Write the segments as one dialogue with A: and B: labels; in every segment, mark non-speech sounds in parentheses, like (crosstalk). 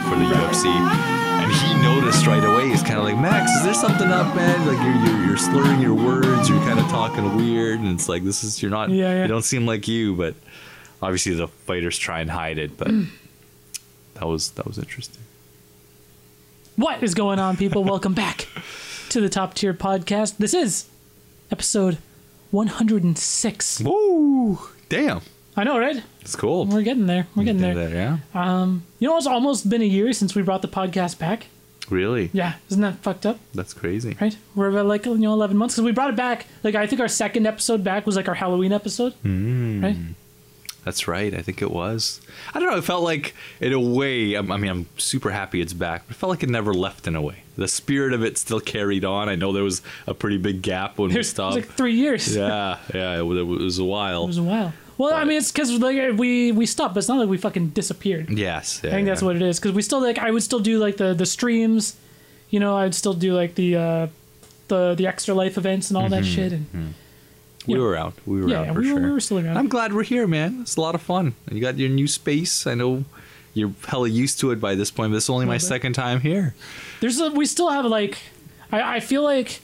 A: Pepsi. And he noticed right away. He's kind of like, Max, is there something up, man? Like you're, you're you're slurring your words. You're kind of talking weird, and it's like this is you're not.
B: Yeah, yeah.
A: You don't seem like you, but obviously the fighters try and hide it. But
B: Mm.
A: that was that was interesting.
B: What is going on, people? Welcome back to the Top Tier Podcast. This is episode 106.
A: Woo! Damn,
B: I know, right?
A: it's cool.
B: We're getting there. We're getting there.
A: Yeah.
B: You know, it's almost been a year since we brought the podcast back.
A: Really?
B: Yeah, isn't that fucked up?
A: That's crazy.
B: Right? We're about like you know 11 months because we brought it back. Like I think our second episode back was like our Halloween episode. Right?
A: That's right. I think it was. I don't know. It felt like, in a way, I'm- I mean, I'm super happy it's back. But it felt like it never left in a way. The spirit of it still carried on. I know there was a pretty big gap when we
B: There's, it
A: stopped.
B: was like three years.
A: yeah, yeah. It was, it was a
B: It
A: while.
B: was a while. Well, I
A: But-
B: mean, it's because like we we stopped, but it's not like we fucking disappeared.
A: yes.
B: I think that's what it is because we still like I would still do like the the streams, you know. I'd still do like the uh the the extra life events and all that shit. And
A: we
B: yeah.
A: were out. We were out
B: Yeah, yeah,
A: Mm-hmm. for
B: we were-
A: sure.
B: we were still around.
A: I'm glad we're here, man. It's a lot of fun. You got your new space. I know you're hella used to it by this point. But it's only my
B: bit.
A: second time
B: (laughs)
A: here.
B: there's a, we still have like I I feel like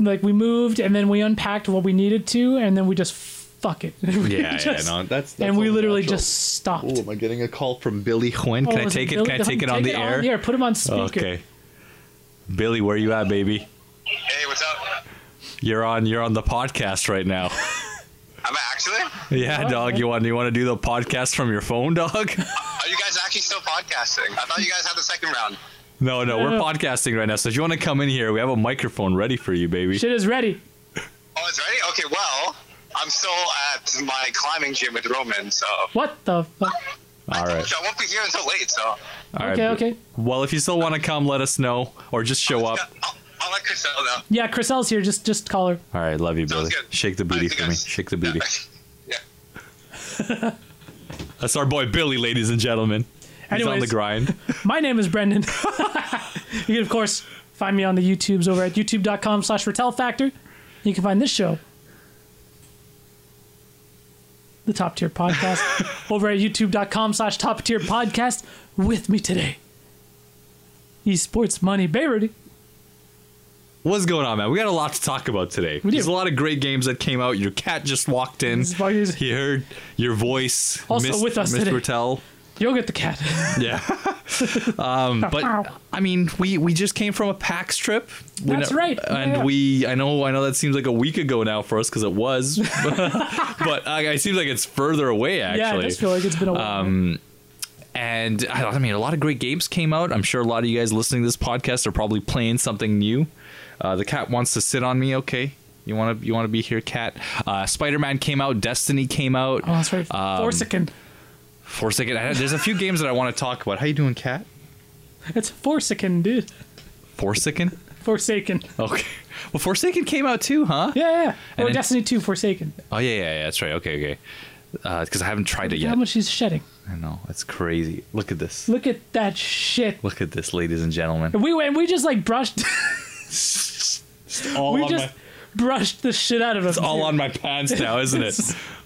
B: like we moved and then we unpacked what we needed to and then we just fuck it. (laughs) We just-
A: that's,
B: and we literally just stopped.
A: Oh, am I getting a call from Billy Huen?
B: Oh,
A: Can I
B: was
A: take it?
B: Billy-
A: Can I take it on the air?
B: Put him on speaker.
A: Okay. Billy, where you at, baby?
C: Hey, what's up?
A: You're on. You're on the podcast right now. (laughs)
C: Am I actually? Are
A: yeah,
B: Oh,
A: dog.
B: okay.
A: You want you want to do the podcast from your phone, dog? (laughs)
C: you guys actually still podcasting? I thought you guys had the second round.
A: No, no,
B: No.
A: we're podcasting right now. So if you want to come in here, we have a microphone ready for you, baby.
B: Shit is ready.
C: Oh, it's ready? Okay, well, I'm still at my climbing gym with Roman, so.
B: What the fuck?
A: All right.
C: I won't be here until late, so.
A: All right.
B: Okay, okay.
A: Well, if you still want to come, let us know, or just show up.
C: Yeah, I'll, I'll let Chriselle know.
B: Yeah, Chriselle's here. Just just call her.
A: All right, love you,
C: Sounds
A: Billy.
C: good.
A: Shake the
C: All right,
A: booty
C: see you
A: for me.
C: guys.
A: Shake the booty.
C: Yeah.
A: That's our boy Billy, ladies and gentlemen. He's on the
B: Anyways. (laughs)
A: grind.
B: My name is Brendan. (laughs) you can, of course, find me on the YouTubes over at youtube.com slash Rattel Factor. You can find this show, the Top
A: (laughs)
B: Tier Podcast, over at youtube.com slash Top Tier Podcast with me today. Esports Money Bay Rudy.
A: What's going on, man? We got a lot to talk about today.
B: do.
A: There's a lot of great games that came out. Your cat just walked in.
B: This bug is-
A: (laughs) He heard your voice.
B: Also
A: Miss-
B: with us
A: Miss
B: today.
A: Bertel.
B: You'll get the cat. (laughs)
A: Yeah. um, but I mean, we we just came from a PAX trip. We
B: That's
A: know-
B: right.
A: And
B: Yeah.
A: we, I know, I know that seems like a week ago now for us because it was, (laughs) but I it seems like it's further away actually. um,
B: yeah, I just feel like it's been a while.
A: and I, I mean, a lot of great games came out. I'm sure a lot of you guys listening to this podcast are probably playing something new. Uh, the cat wants to sit on me. Okay, you want to you want to be here, cat. Uh, Spider Man came out. Destiny came out.
B: oh, that's right.
A: um,
B: Forsaken.
A: Forsaken. I- There's a few (laughs) games that I want to talk about. How you doing, cat?
B: It's Forsaken, dude.
A: Forsaken.
B: Forsaken.
A: Okay. Well, Forsaken came out too, huh?
B: Yeah, yeah.
A: And
B: Or
A: then-
B: Destiny 2 Forsaken.
A: Oh yeah, yeah, yeah. That's right. Okay, okay. Because I haven't tried it
B: How
A: yet.
B: much he's shedding.
A: I know. That's crazy. Look at this.
B: Look at that shit.
A: Look at this, ladies and gentlemen.
B: We went. We just like brushed. (laughs)
A: All
B: we just brushed the shit out of him.
A: all on my pants now, isn't it?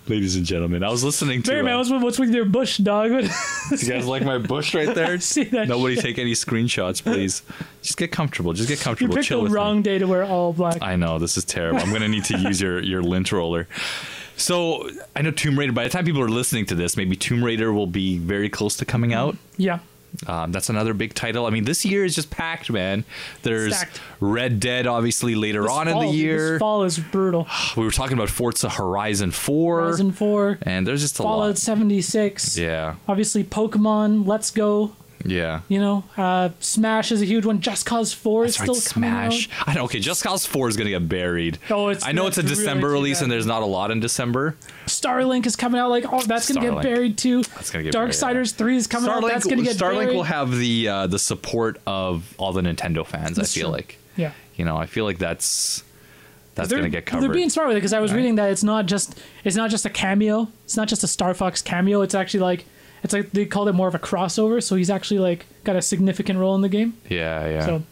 A: Ladies and gentlemen, I was listening to.
B: Barry, man,
A: uh,
B: what's, with- what's with your bush, dog? (laughs) What-
A: you guys like my bush right
B: (laughs)
A: there?
B: See that
A: Nobody
B: shit.
A: take any screenshots, please. Just get comfortable. Just get
B: you
A: comfortable.
B: picked
A: Chill
B: the
A: with me.
B: wrong day to wear all black.
A: I know this is terrible. I'm gonna need to use your your lint roller. So I know Tomb Raider. By the time people are listening to this, maybe Tomb Raider will be very close to coming out.
B: yeah,
A: Um, that's another big title. I mean, this year is just packed, man. There's
B: Stacked.
A: Red Dead, obviously later
B: This
A: on in
B: fall,
A: the
B: dude,
A: year.
B: This fall is brutal.
A: We were talking about Forza Horizon 4,
B: Horizon Four,
A: and there's just a
B: Fallout
A: lot.
B: seventy six.
A: Yeah,
B: Obviously, Pokemon. Let's go.
A: yeah.
B: You know, uh, Smash is a huge one. Just Cause Four is
A: That's right,
B: still coming out.
A: Smash. I know. Okay, Just Cause 4 is gonna get buried.
B: Oh, it's-
A: I know it's a
B: that's really
A: December
B: too
A: release,
B: bad.
A: and there's not a lot in December.
B: Starlink is coming out. Like, oh, that's gonna
A: Starlink.
B: get buried too.
A: That's gonna get buried,
B: Darksiders Three is coming out. That's gonna get
A: Starlink
B: buried.
A: will have the uh, the support of all the Nintendo fans.
B: That's
A: I feel
B: true.
A: like.
B: yeah.
A: You know, I feel like that's that's
B: they're,
A: gonna get covered.
B: They're being smart with it because I was reading that it's not just it's not just a cameo. It's not just a Star Fox cameo. It's actually like it's like they called it more of a crossover. So he's actually like got a significant role in the game.
A: yeah, yeah.
B: So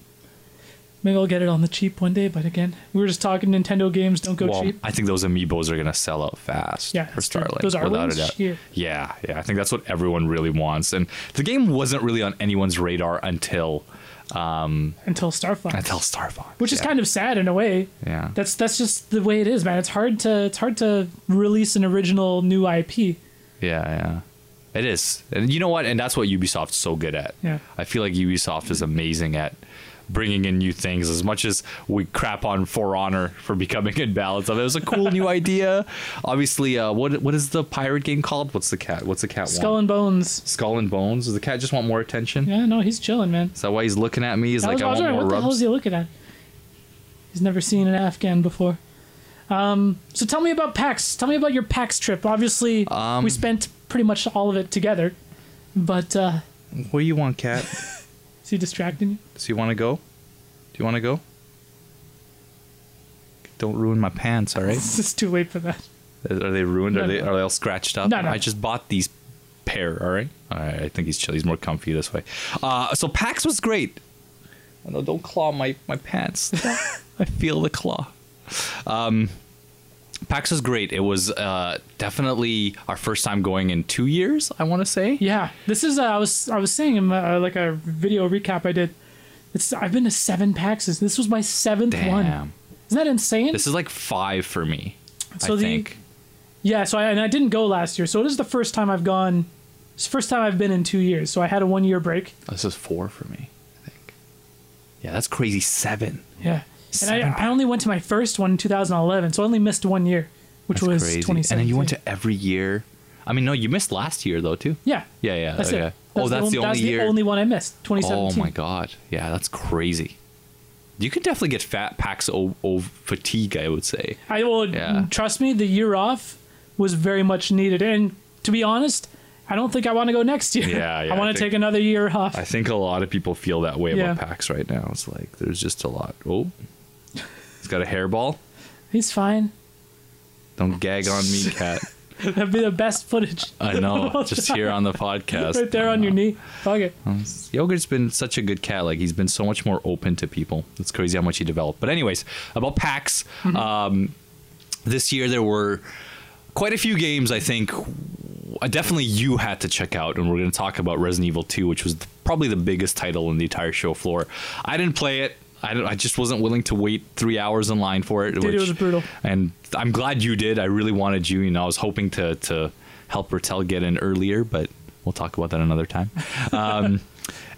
B: Maybe I'll get it on the cheap one day, but again, we were just talking Nintendo games don't go
A: well,
B: cheap.
A: I think those amiibos are gonna sell out fast
B: Yeah,
A: for
B: that's true.
A: Starlink.
B: Those are
A: without
B: ones?
A: a doubt.
B: Yeah.
A: yeah, yeah. I think that's what everyone really wants. And the game wasn't really on anyone's radar until
B: until Star Fox.
A: until Star Fox.
B: which is kind of sad in a way.
A: Yeah.
B: That's that's just the way it is, man. It's hard to it's hard to release an original new IP.
A: Yeah, yeah. It is. And you know what? And that's what Ubisoft's so good at.
B: Yeah.
A: I feel like Ubisoft is amazing at bringing in new things as much as we crap on For Honor for becoming in balance of it. was a cool
B: (laughs)
A: new idea. Obviously, uh, what what is the pirate game called? What's the cat? What's the cat
B: Skull
A: want?
B: and Bones.
A: Skull and Bones. Does the cat just want more attention?
B: Yeah, no, he's chilling, man.
A: Is that why he's looking at me? He's
B: I
A: like,
B: was,
A: I
B: I
A: want
B: was wondering
A: more
B: what the hell is
A: rubs.
B: he looking at? He's never seen an Afghan before. Um, so tell me about PAX. Tell me about your PAX trip. Obviously,
A: Um,
B: we spent pretty much all of it together, but uh,
A: What do you want, (laughs) cat?
B: is he distracting you? (laughs)
A: Does he want to go? Do you want to go? Don't ruin my pants, all right?
B: It's just too late for that.
A: Are they ruined?
B: No,
A: are they
B: no.
A: are they all scratched up?
B: No, no.
A: I just bought these pair. All right. All right. I think he's chill. He's more comfy this way. Uh, so PAX was great. Oh, no, don't claw my my
B: (laughs)
A: pants. I feel the claw. Um, PAX was great. It was uh, definitely our first time going in two years. I want to say.
B: Yeah, this is. Uh, I was I was saying in my, uh, like a video recap I did. It's I've been to seven PAXs. This was my seventh one.
A: Damn.
B: Isn't that insane?
A: This is like five for me.
B: So
A: I
B: the-
A: think.
B: yeah. So I, and I didn't go last year. So it is the first time I've gone. It's the first time I've been in two years. So I had a one year break.
A: This is four for me. I think. Yeah, that's crazy. Seven.
B: Yeah. And
A: Seven
B: I, I only went to my first one in 2011, so I only missed one year, which
A: That's
B: was
A: crazy.
B: 2017.
A: And then you went to every year. I mean, no, you missed last year though too.
B: yeah,
A: Yeah, yeah.
B: That's
A: okay.
B: it.
A: oh, that's the,
B: on-
A: only
B: that's
A: year.
B: the only one I missed.
A: oh
B: 2017.
A: my god. Yeah, that's crazy. You can definitely get fat packs o- o- fatigue, I would say.
B: I will
A: Yeah.
B: trust me. The year off was very much needed, and to be honest, I don't think I want to go next year.
A: Yeah, yeah,
B: (laughs) I
A: I
B: want to
A: think-
B: take another year off.
A: I think a lot of people feel that way
B: Yeah.
A: about packs right now. It's like there's just a lot. Oh, he's got a hairball.
B: He's fine.
A: Don't gag on
B: (laughs)
A: me, cat.
B: That'd be the best footage.
A: I
B: (laughs)
A: know. Just here on the podcast.
B: right there on your knee. Fuck it.
A: Yogurt's been such a good cat. Like he's been so much more open to people. It's crazy how much he developed. But anyways, about PAX,
B: Mm-hmm.
A: um, this year there were quite a few games. I think uh, definitely you had to check out, and we're going to talk about Resident Evil 2, which was th- probably the biggest title in the entire show floor. I didn't play it. I, don't, I just wasn't willing to wait three hours in line for it.
B: Dude, it was brutal.
A: And I'm glad you did. I really wanted you. You know, I was hoping to to help Bertel get in earlier, but we'll talk about that another time. Um,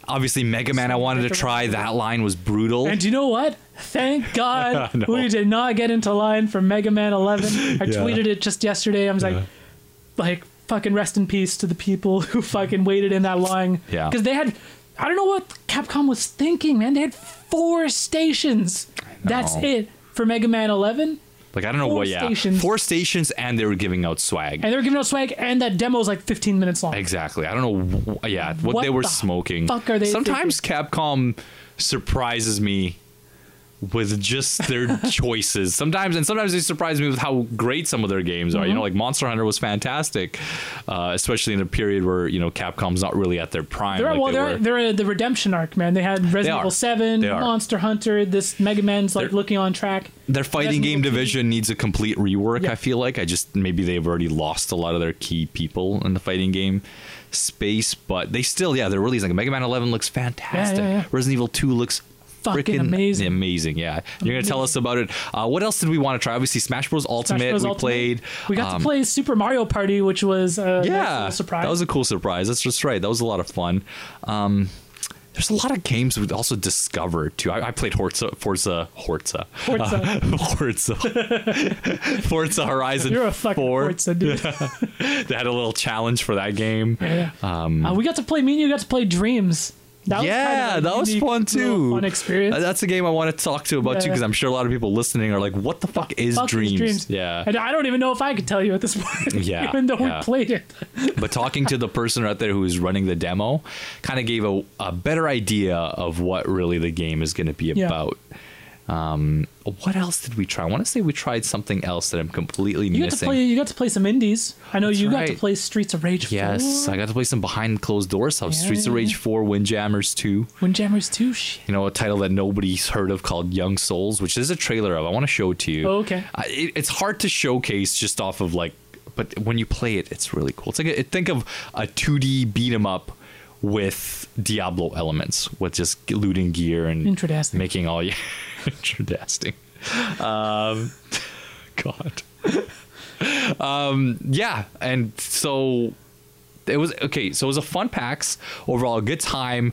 A: obviously, Mega Man. I wanted to try. That line was brutal.
B: And you know what?
A: (laughs)
B: Thank God
A: No.
B: we did not get into line for Mega Man 11. I
A: Yeah.
B: tweeted it just yesterday. I was like, like fucking rest in peace to the people who fucking waited in that line.
A: Yeah.
B: Because they had, I don't know what Capcom was thinking, man. They had four stations. That's
A: know.
B: it for Mega Man 11.
A: Like I don't know
B: Four
A: what. Yeah,
B: stations.
A: four stations, and they were giving out swag.
B: And they were giving out swag, and that demo is like 15 minutes long.
A: Exactly. I don't know. wh- Yeah, what,
B: What
A: they were
B: the
A: smoking.
B: fuck are they
A: Sometimes Capcom surprises me with just
B: (laughs)
A: their choices. Sometimes, and sometimes they surprise me with how great some of their games are. You
B: Mm-hmm.
A: know, like Monster Hunter was fantastic, uh, especially in a period where you know Capcom's not really at their prime.
B: They're,
A: like
B: well,
A: they
B: they're,
A: were.
B: they're in the redemption arc, man. They had
A: They
B: Resident
A: are.
B: Evil 7,
A: They are.
B: Monster Hunter, this Mega Man's like
A: They're-
B: looking on track.
A: Their fighting
B: Resident
A: game
B: Evil two.
A: division needs a complete rework.
B: Yeah.
A: I feel like I just maybe they've already lost a lot of their key people in the fighting game space, but they still yeah they're releasing. Mega Man 11 looks fantastic.
B: yeah.
A: Resident Evil 2 looks
B: Fucking
A: frickin'
B: amazing.
A: Amazing, yeah. You're gonna tell us about it. Uh, what else did we want to try? Obviously, Smash Bros. Ultimate.
B: Smash Bros.
A: we
B: Ultimate.
A: played.
B: We got
A: um,
B: to play Super Mario Party, which was a yeah,
A: yeah,
B: surprise.
A: That was a cool surprise. That's just right. That was a lot of fun. Um, there's a lot of games we also discovered too. I, I played Horza, Forza, Horza,
B: Forza.
A: Uh, Forza, (laughs) Forza (laughs) Horizon.
B: You're a fucking
A: 4. (laughs)
B: Forza dude.
A: They had a little challenge for that game. Um,
B: Yeah. Uh, we got to play. Me and you got to play Dreams. That
A: yeah,
B: was kind of a
A: that was
B: unique
A: fun
B: little
A: too.
B: Fun experience.
A: Uh, That's a game I want to talk to about too,
B: Yeah.
A: because I'm sure a lot of people listening are like, "What the fuck is
B: Fuck these
A: Dreams?"
B: And
A: Yeah.
B: I don't even know if I could tell you at this (laughs)
A: (laughs)
B: point.
A: Yeah,
B: Even though
A: yeah.
B: we played it.
A: but talking to the person out there who is running the demo, kind of gave a, a better idea of what really the game is going to be
B: Yeah.
A: about. Um, what else did we try? I want to say we tried something else that I'm completely
B: You got to
A: missing.
B: play. You got to play some indies. I know
A: That's
B: you got to
A: right.
B: play Streets of Rage.
A: yes,
B: 4,
A: I got to play some behind closed door stuff.
B: Yeah,
A: Streets of
B: yeah,
A: Rage
B: yeah.
A: 4, Windjammers 2.
B: Windjammers Two. Shit.
A: You know, a title that nobody's heard of called Young Souls, which there's a trailer of. I want to show it to you.
B: Oh, okay.
A: I, it, it's hard to showcase just off of like, but when you play it, it's really cool. It's like a, think of a 2D beat 'em up with Diablo elements, with just looting gear and
B: Intradasting.
A: making all (laughs) your intradasting. Um, (laughs) God. um, yeah, and so it was okay. So it was a fun PAX overall, a good time.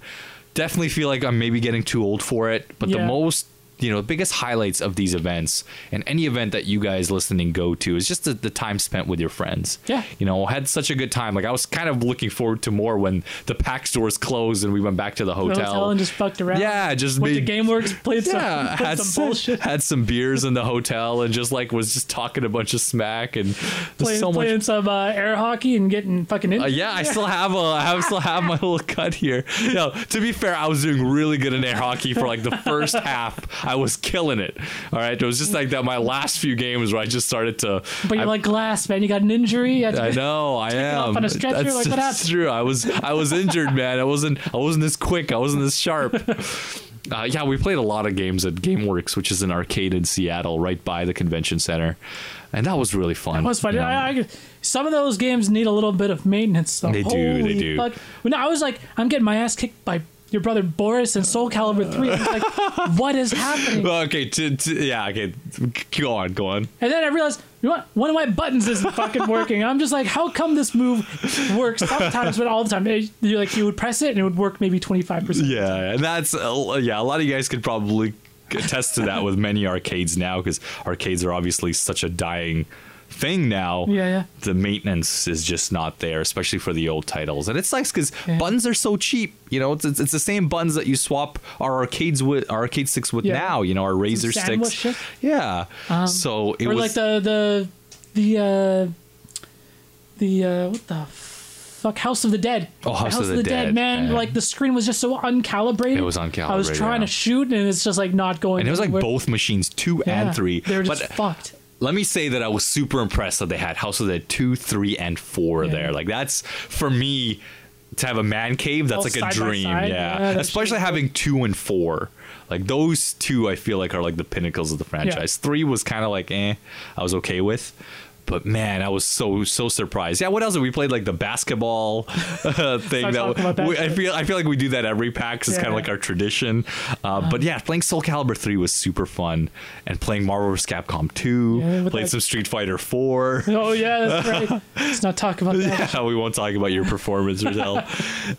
A: Definitely feel like I'm maybe getting too old for it, but the
B: Yeah.
A: most you know, biggest highlights of these events and any event that you guys listening go to is just the, the time spent with your friends.
B: Yeah.
A: You know, had such a good time. Like I was kind of looking forward to more when the PAX doors closed and we went back to the
B: The
A: hotel.
B: hotel and just fucked around.
A: Yeah, just
B: went
A: made-
B: to GameWorks, played
A: yeah,
B: some, played
A: had
B: some bullshit.
A: had some beers in the hotel and just like was just talking a bunch of smack and
B: Playing,
A: there's so much
B: playing some uh, air hockey and getting fucking in.
A: Uh, yeah, I still have a, I have, still have my little cut here. No, to be fair, I was doing really good in air hockey for like the first half. I was killing it. All right, it was just like that. My last few games where I just started to.
B: but you're
A: I,
B: like glass, man. You got an injury. You had to-
A: I know, I am.
B: off on a stretcher,
A: That's
B: like, what
A: that's
B: happened?
A: true. I was I was injured, man. I wasn't I wasn't as quick. I wasn't as
B: (laughs)
A: sharp. Uh, yeah, we played a lot of games at GameWorks, which is an arcade in Seattle, right by the convention center, and that was really fun.
B: That was fun.
A: you know?
B: I, I, some of those games need a little bit of maintenance. Though.
A: They do, they
B: Holy
A: do.
B: Fuck. When I was like, I'm getting my ass kicked by your brother Boris in Soul Calibur Three. I
A: (laughs)
B: was like, what is happening?
A: Okay, t- t- yeah, okay. Go on, go on.
B: And then I realized, you know what? One of my buttons isn't fucking working. I'm just like, how come this move works sometimes, but all the time? It- you like, you would press it and it would work maybe 25. percent
A: Yeah, and that's uh, yeah. A lot of you guys could probably attest to that with many arcades now, because arcades are obviously such a dying thing now.
B: Yeah, yeah.
A: The maintenance is just not there, especially for the old titles, and it sucks because buttons are so cheap. You know, it's, it's it's the same buttons that you swap our arcades with our arcade sticks with
B: Yeah.
A: now. You know, our razor
B: sandwich
A: sticks.
B: shit. Um,
A: Yeah. so it
B: Or
A: was
B: like the the the uh, the uh, what the fuck House of the Dead.
A: Oh, House of the Dead,
B: man.
A: man.
B: Like the screen was just so uncalibrated.
A: It was
B: I was
A: uncalibrated,
B: trying
A: yeah.
B: to shoot and it's just like not going.
A: and it was like
B: anywhere.
A: both machines, two
B: Yeah,
A: and three.
B: They were just
A: but uh,
B: fucked.
A: let me say that I was super impressed that they had House of the Dead 2, 3, and 4
B: Yeah.
A: there. Like, that's for me to have a man cave, that's
B: All
A: like
B: side
A: a
B: by
A: dream.
B: side,
A: yeah.
B: yeah, that
A: Especially
B: shit's
A: having 2 and 4. Like, those two I feel like are like the pinnacles of the franchise. 3 was kind of like, eh, I was okay with. But man, I was so so surprised. Yeah, what else? We played like the
B: (laughs)
A: basketball (laughs) uh, thing. That,
B: talking about that
A: we, I
B: shit.
A: feel I feel like we do that every PAX. It's kind
B: Yeah. Uh-huh.
A: of like our tradition. Uh, but yeah, playing Soul Calibur three was super fun, and playing Marvel vs. Capcom two.
B: Yeah, with
A: played
B: that-
A: some Street Fighter four. (laughs)
B: Oh yeah, that's right. Let's not talk about that.
A: Yeah, we won't talk about your performance, Rizel.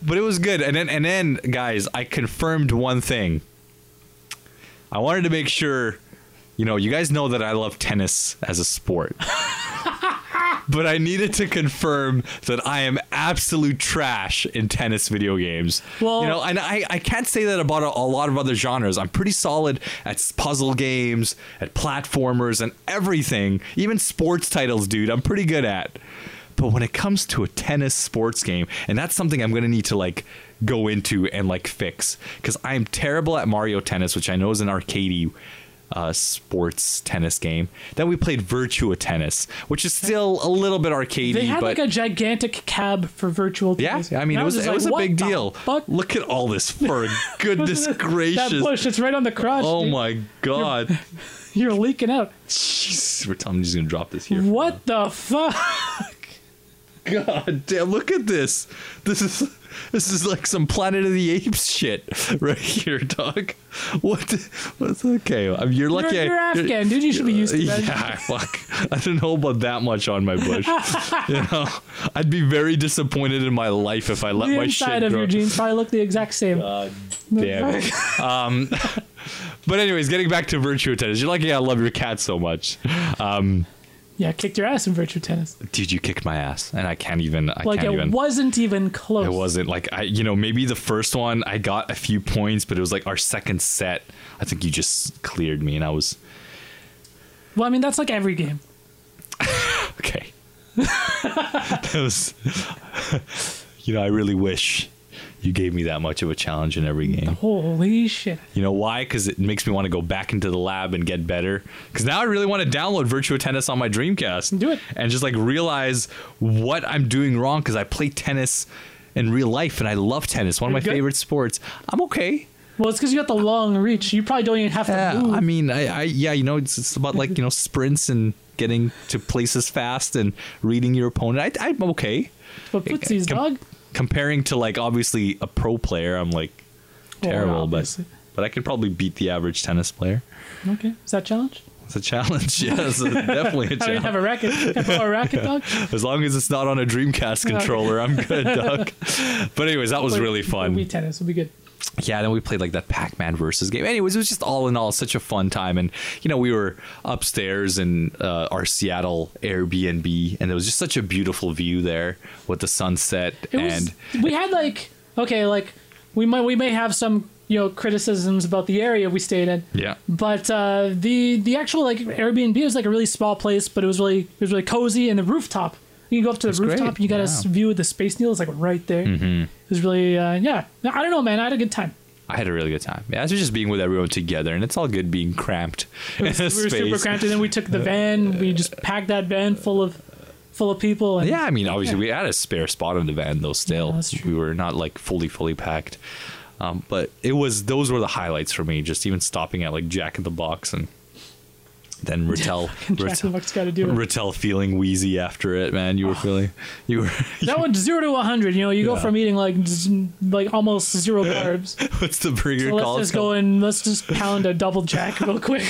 A: (laughs) but it was good. And then, and then, guys, I confirmed one thing. I wanted to make sure, you know, you guys know that I love tennis as a (laughs) sport. but I needed to confirm that I am absolute trash in tennis video games.
B: Well-
A: you know, and I, I can't say that about a, a lot of other genres. I'm pretty solid at s- puzzle games, at platformers, and everything. Even sports titles, dude, I'm pretty good at. But when it comes to a tennis sports game, and that's something I'm gonna need to like go into and like fix, because I am terrible at Mario Tennis, which I know is an arcadey uh, sports tennis game. Then we played Virtua Tennis, which is still a little bit arcadey,
B: They had
A: but
B: like a gigantic cab for virtual.
A: yeah,
B: things.
A: I mean
B: And
A: it was,
B: just
A: it
B: like,
A: was a
B: what
A: big
B: the
A: deal.
B: Fuck?
A: Look at all this fur, goodness
B: (laughs) That
A: gracious!
B: bush, it's right on the crotch.
A: Oh
B: dude.
A: my god!
B: (laughs) You're leaking out.
A: Jeez, we're telling you he's gonna drop this here.
B: What the fuck?
A: God (laughs) damn! Look at this. This is this is like some Planet of the Apes shit (laughs) right here, dog. What? the- What's okay? I'm- You're lucky.
B: you're,
A: I-
B: you're Afghan, dude. You should be used to
A: (laughs)
B: that.
A: Yeah, fuck. I don't know about that much on my
B: (laughs)
A: bush. you know, I'd be very disappointed in my life if I let
B: the
A: my
B: inside
A: shit
B: of
A: grow. Uh,
B: your jeans probably look the exact same.
A: (laughs)
B: (laughs)
A: Damn it. Um, but anyways, getting back to virtue tennis, you're lucky I love your cat so much. Um,
B: yeah, kicked your ass in virtue tennis.
A: dude, you kicked my ass, and I can't even. I
B: Like it
A: can't even.
B: wasn't even close.
A: It wasn't like I, you know, maybe the first one I got a few points, but it was like our second set. I think you just cleared me, and I was
B: Well, I mean that's like every game.
A: (laughs) okay. that was, you know, I really wish You gave me that much of a challenge in every game.
B: Holy shit.
A: You know why? Because it makes me want to go back into the lab and get better. Because now I really want to download Virtua Tennis on my Dreamcast.
B: Do it.
A: And just like realize what I'm doing wrong because I play tennis in real life and I love tennis. One of my
B: You're good.
A: favorite sports. I'm okay.
B: Well, it's because you got the long reach. You probably don't even have to
A: Yeah,
B: move.
A: I mean, I, I yeah, you know, it's, it's about like you know sprints and getting to places fast and reading your opponent. I, I'm okay.
B: but footsies,
A: Com-
B: dog.
A: Comparing to like obviously a pro player, I'm like
B: Well,
A: terrible, but
B: obviously.
A: but I could probably beat the average tennis player.
B: Okay. Is that a challenge?
A: It's a challenge. (laughs) Yes, it's definitely a
B: (laughs) I don't
A: challenge.
B: have a
A: (laughs)
B: racket. Can I borrow a racket, dog?
A: as long as it's not on a Dreamcast controller, I'm
B: (laughs)
A: good, Doc. But anyways, that was
B: Or-
A: really
B: or
A: fun.
B: Wii tennis would be good.
A: yeah, then we played like that Pac-Man versus game. Anyways, it was just all in all such a fun time, and you know we were upstairs in uh, our Seattle Airbnb, and there was just such a beautiful view there with the sunset
B: It
A: and
B: was. We had like okay, like we might we may have some you know criticisms about the area we stayed in.
A: yeah,
B: But uh, the the actual like Airbnb was like a really small place, but it was really it was really cozy and the rooftop. You can go up to the
A: That's
B: rooftop,
A: great,
B: and you got a s-
A: yeah.
B: view of the Space Needle. It's like right there.
A: Mm-hmm.
B: It was really uh, yeah. No, I don't know, man. I had a good time.
A: I had a really good time. Yeah, it's just being with everyone together, and it's all good being cramped (laughs)
B: It was-
A: in a
B: we were
A: (laughs)
B: super
A: space.
B: cramped, and then we took the van. We just packed that van full of full of people. And
A: Yeah, I mean, obviously we had a spare spot in the van though. Still,
B: Yeah, that's true.
A: we were not like fully, fully packed. Um, but it was those were the highlights for me. Just even stopping at like Jack in the Box and
B: (laughs)
A: then Rattel,
B: (laughs) Jack and
A: Rattel,
B: Buck's got to do it.
A: Rattel feeling wheezy after it. Man, you were
B: Ah.
A: feeling you were. (laughs)
B: That went zero to 100. You know, you go
A: Yeah.
B: from eating like z- like almost
A: (laughs)
B: zero carbs.
A: what's the burger
B: So let's
A: called?
B: just go and let's just pound a double jack
A: (laughs)
B: real quick.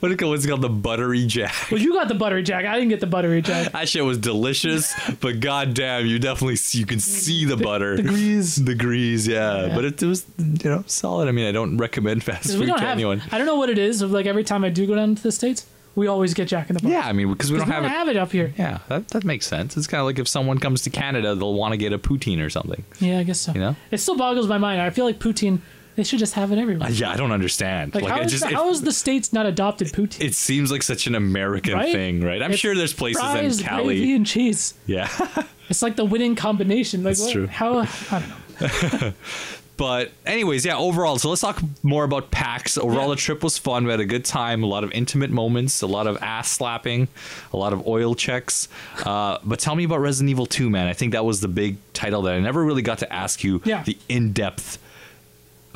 A: What it called? What's it called? The buttery Jack. (laughs)
B: well, you got the buttery jack. I didn't get the buttery jack.
A: That shit was
B: (laughs)
A: delicious, but goddamn, you definitely see, you can see the butter, the
B: grease.
A: (laughs) the grease, yeah.
B: Yeah.
A: But it, it was, you know, solid. I mean, I don't recommend fast
B: 'Cause
A: food
B: We don't
A: to
B: have.
A: anyone.
B: I don't know what it is. Of like every time I do go down to the states, we always get Jack in the Box.
A: Yeah, I mean, because we
B: we
A: don't have it.
B: it. up here.
A: Yeah, that, that makes sense. It's kind of like if someone comes to Canada, they'll want to get a poutine or something.
B: Yeah, I guess so.
A: You know?
B: it still boggles my mind. I feel like poutine. They should just have it everywhere.
A: Uh, Yeah, I don't understand.
B: Like, how,
A: I
B: is
A: just
B: the,
A: it,
B: how is the states not adopted poutine?
A: it seems like such an American
B: Right?
A: thing, right? I'm
B: It's
A: sure there's places in
B: Fries,
A: Cali.
B: (laughs) gravy, and cheese.
A: Yeah. (laughs)
B: It's like the winning combination. Like
A: That's
B: what,
A: true.
B: How I don't know.
A: But anyways, yeah, overall, so let's talk more about PAX. Overall, the trip was fun. We had a good time, a lot of intimate moments, a lot of ass slapping, a lot of oil checks. Uh, but tell me about Resident Evil 2, man. I think that was the big title that I never really got to ask you
B: Yeah.
A: the in-depth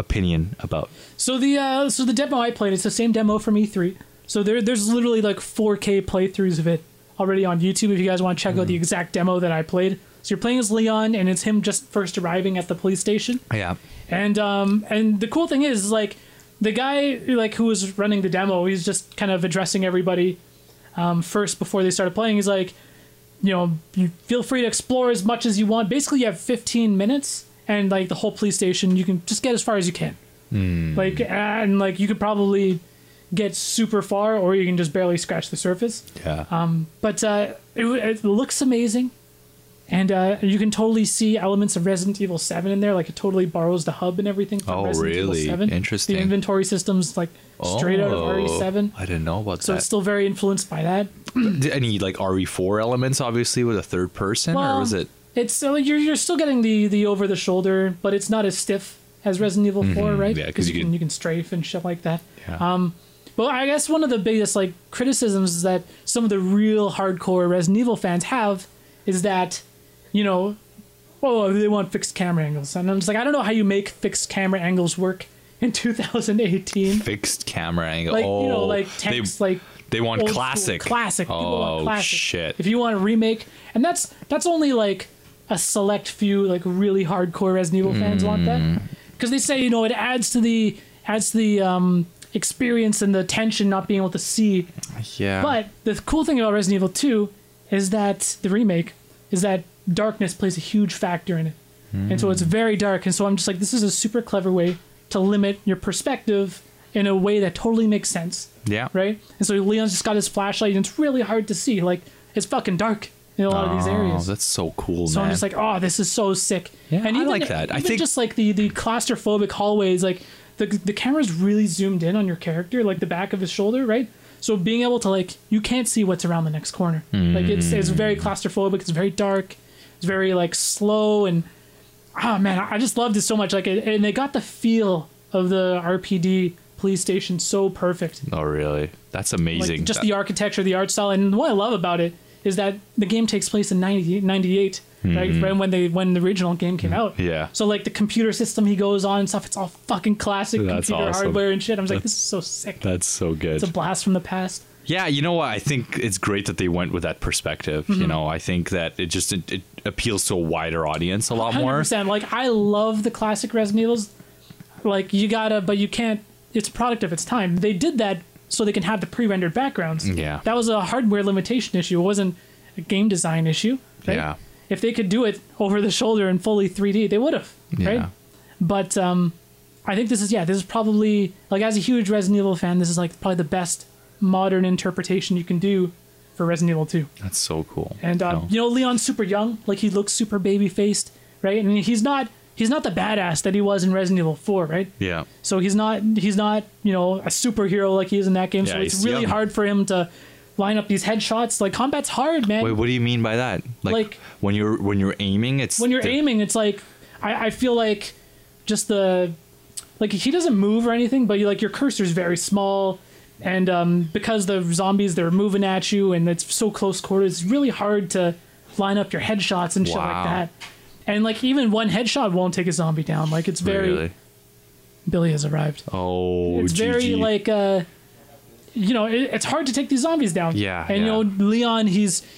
A: opinion about.
B: So the uh, so the demo I played, it's the same demo from E3. So there there's literally like 4K playthroughs of it already on YouTube. If you guys want to check out the exact demo that I played, so you're playing as Leon, and it's him just first arriving at the police station.
A: Yeah.
B: And um and the cool thing is like the guy like who was running the demo, he's just kind of addressing everybody um, first before they started playing. He's like, you know, you feel free to explore as much as you want. Basically, you have 15 minutes, and like the whole police station, you can just get as far as you can. Like and like you could probably get super far, or you can just barely scratch the surface
A: Yeah.
B: but uh, it, it looks amazing, and uh, you can totally see elements of Resident Evil Seven in there. Like it totally borrows the hub and everything. From
A: Oh,
B: Resident Evil
A: really?
B: 7.
A: Interesting.
B: The inventory system's like straight out of
A: Oh,
B: RE Seven,
A: I didn't know about
B: so
A: that.
B: it's still very influenced by that.
A: Any like RE4 elements, obviously, with a third person, or
B: Well,
A: was it?
B: It's so you're you're still getting the the over the shoulder, but it's not as stiff as Resident Evil Four, right?
A: Mm-hmm. yeah, 'cause
B: because
A: you
B: you
A: can-
B: can you can strafe and shit like that.
A: Yeah.
B: But I guess one of the biggest like criticisms is that some of the real hardcore Resident Evil fans have is that, you know, oh they want fixed camera angles, and I'm just like I don't know how you make fixed camera angles work in (laughs) 2018.
A: Fixed camera angle.
B: Like
A: oh,
B: you know, like tanks,
A: they,
B: like
A: they want
B: old school
A: classic.
B: classic. People want
A: Oh,
B: classic.
A: shit.
B: If you want a remake, and that's that's only like a select few like really hardcore Resident Evil fans want
A: Mm.
B: that because they say you know it adds to the adds to the um, experience and the tension not being able to see
A: yeah.
B: but the cool thing about Resident Evil 2 is that the remake is that darkness plays a huge factor in it. And so it's
A: Mm.
B: very dark. And so I'm just like, this is a super clever way to limit your perspective in a way that totally makes sense.
A: Yeah.
B: Right? And so Leon's just got his flashlight, and it's really hard to see. Like, it's fucking dark in a lot of these
A: Oh,
B: areas.
A: that's so cool,
B: So
A: man.
B: I'm just like, oh, this is so sick.
A: Yeah, I like that. I
B: even
A: think-
B: just like the the claustrophobic hallways, like the the camera's really zoomed in on your character, like the back of his shoulder, right? So being able to like, you can't see what's around the next
A: Hmm.
B: corner. Like it's it's very claustrophobic. It's very dark. It's very like slow and oh man, I I just loved it so much. Like, it, and they got the feel of the RPD police station so perfect.
A: Oh, really? That's amazing.
B: Like, just
A: That-
B: the architecture, the art style, and what I love about it is that the game takes place in 90, 98, right? Right when they when the original game came out.
A: Hmm. Yeah.
B: So like the computer system he goes on and stuff, it's all fucking classic
A: That's
B: computer
A: awesome.
B: hardware and shit. I was like, this is so sick.
A: that's so good.
B: it's a blast from the past.
A: Yeah, you know what? I think it's great that they went with that perspective.
B: Mm-hmm.
A: You know, I think that it just it, it appeals to a wider audience a lot more.
B: 100%. Like I love the classic Resident Evils. Like you gotta, but you can't. It's a product of its time. They did that so they can have the pre-rendered backgrounds.
A: Yeah.
B: That was a hardware limitation issue. It wasn't a game design issue. Right?
A: Yeah.
B: If they could do it over the shoulder and fully 3D, they would have.
A: Yeah.
B: Right. But um, I think this is yeah. This is probably like as a huge Resident Evil fan, this is like probably the best modern interpretation you can do for Resident Evil 2.
A: That's so cool.
B: And uh,
A: No.
B: you know, Leon's super young. Like he looks super baby faced, right? And he's not he's not the badass that he was in Resident Evil Four, right?
A: yeah,
B: So he's not he's not you know a superhero like he is in that game. so
A: Yeah,
B: it's
A: he's
B: really
A: young.
B: hard for him to line up these headshots. Like combat's hard, man.
A: Wait, what do you mean by that? Like,
B: Like-
A: when you're when you're aiming, it's
B: when you're
A: the-
B: aiming, it's like I, I feel like just the like he doesn't move or anything, but you like your cursor's very small, and um, because the zombies they're moving at you and it's so close quarters, it's really hard to line up your headshots and shit
A: Wow.
B: like that. And like even one headshot won't take a zombie down. Like it's very
A: Really?
B: Billy has arrived.
A: Oh,
B: it's very
A: GG.
B: like uh, you know it, it's hard to take these zombies down.
A: Yeah,
B: and you
A: yeah.
B: know Leon he's. he-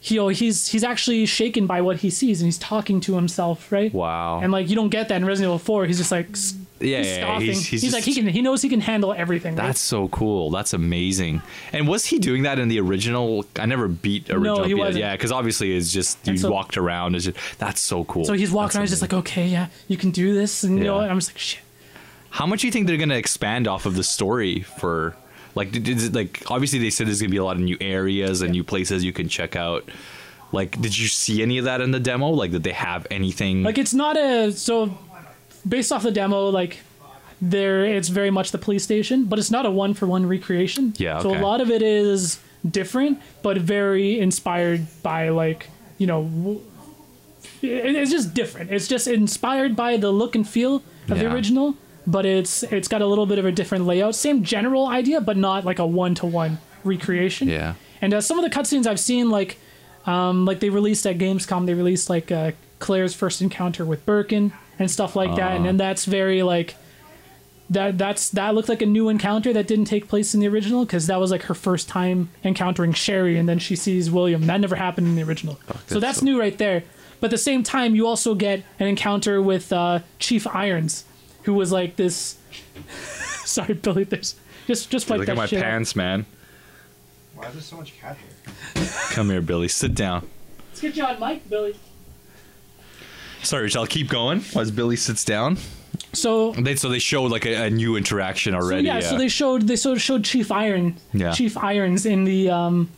B: You know, he's he's actually shaken by what he sees, and he's talking to himself, right?
A: wow.
B: And like you don't get that in Resident Evil 4. He's just like s-
A: yeah,
B: he's
A: yeah,
B: scoffing.
A: he's-
B: He's,
A: he's
B: like he
A: just-
B: can he knows he can handle everything. right?
A: that's so cool. That's amazing. And was he doing that in the original? I never beat original.
B: he
A: beat-
B: wasn't.
A: Yeah, because obviously it's just you
B: And so-
A: walked around. It's just, that's so cool.
B: so he's walking around he's
A: That's
B: just like, okay, yeah, you can do this, and you know,
A: Yeah.
B: and I'm just like, shit.
A: How much do you think they're gonna expand off of the story for? Like, did, did, it- like obviously they said there's gonna be a lot of new areas and new places you can check out. Like, did you see any of that in the demo? Like, did they have anything?
B: Like it's not a so based off the demo, like there it's very much the police station, but it's not a one for one recreation.
A: Yeah,
B: So
A: okay.
B: a lot of it is different, but very inspired by like you know. W- it- it's just different. It's just inspired by the look and feel of the
A: Yeah.
B: original, but it's it's got a little bit of a different layout. Same general idea, but not like a one to one recreation.
A: Yeah.
B: And uh, some of the cutscenes I've seen, like um, like they released at Gamescom, they released like uh, Claire's first encounter with Birkin and stuff like that, and then
A: Ah.
B: that's very like that that's that looked like a new encounter that didn't take place in the original because that was like her first time encountering Sherry, and then she sees William. That never happened in the original, so
A: that's
B: that's
A: so-
B: new right there. But at the same time, you also get an encounter with uh, Chief Irons, who was like this. (laughs) Sorry, Billy. There's just just like
A: Look at
B: that
A: my
B: shit. up.
A: pants, man.
D: Why is there so much cat hair?
A: Come here, Billy. Sit down.
B: Let's get you on mic, Billy.
A: Sorry, shall I keep going as Billy sits down?
B: So
A: They so they showed like a, a new interaction already.
B: So, yeah, so they showed they sort of showed Chief Iron,
A: uh, Yeah.
B: Chief Irons in the um,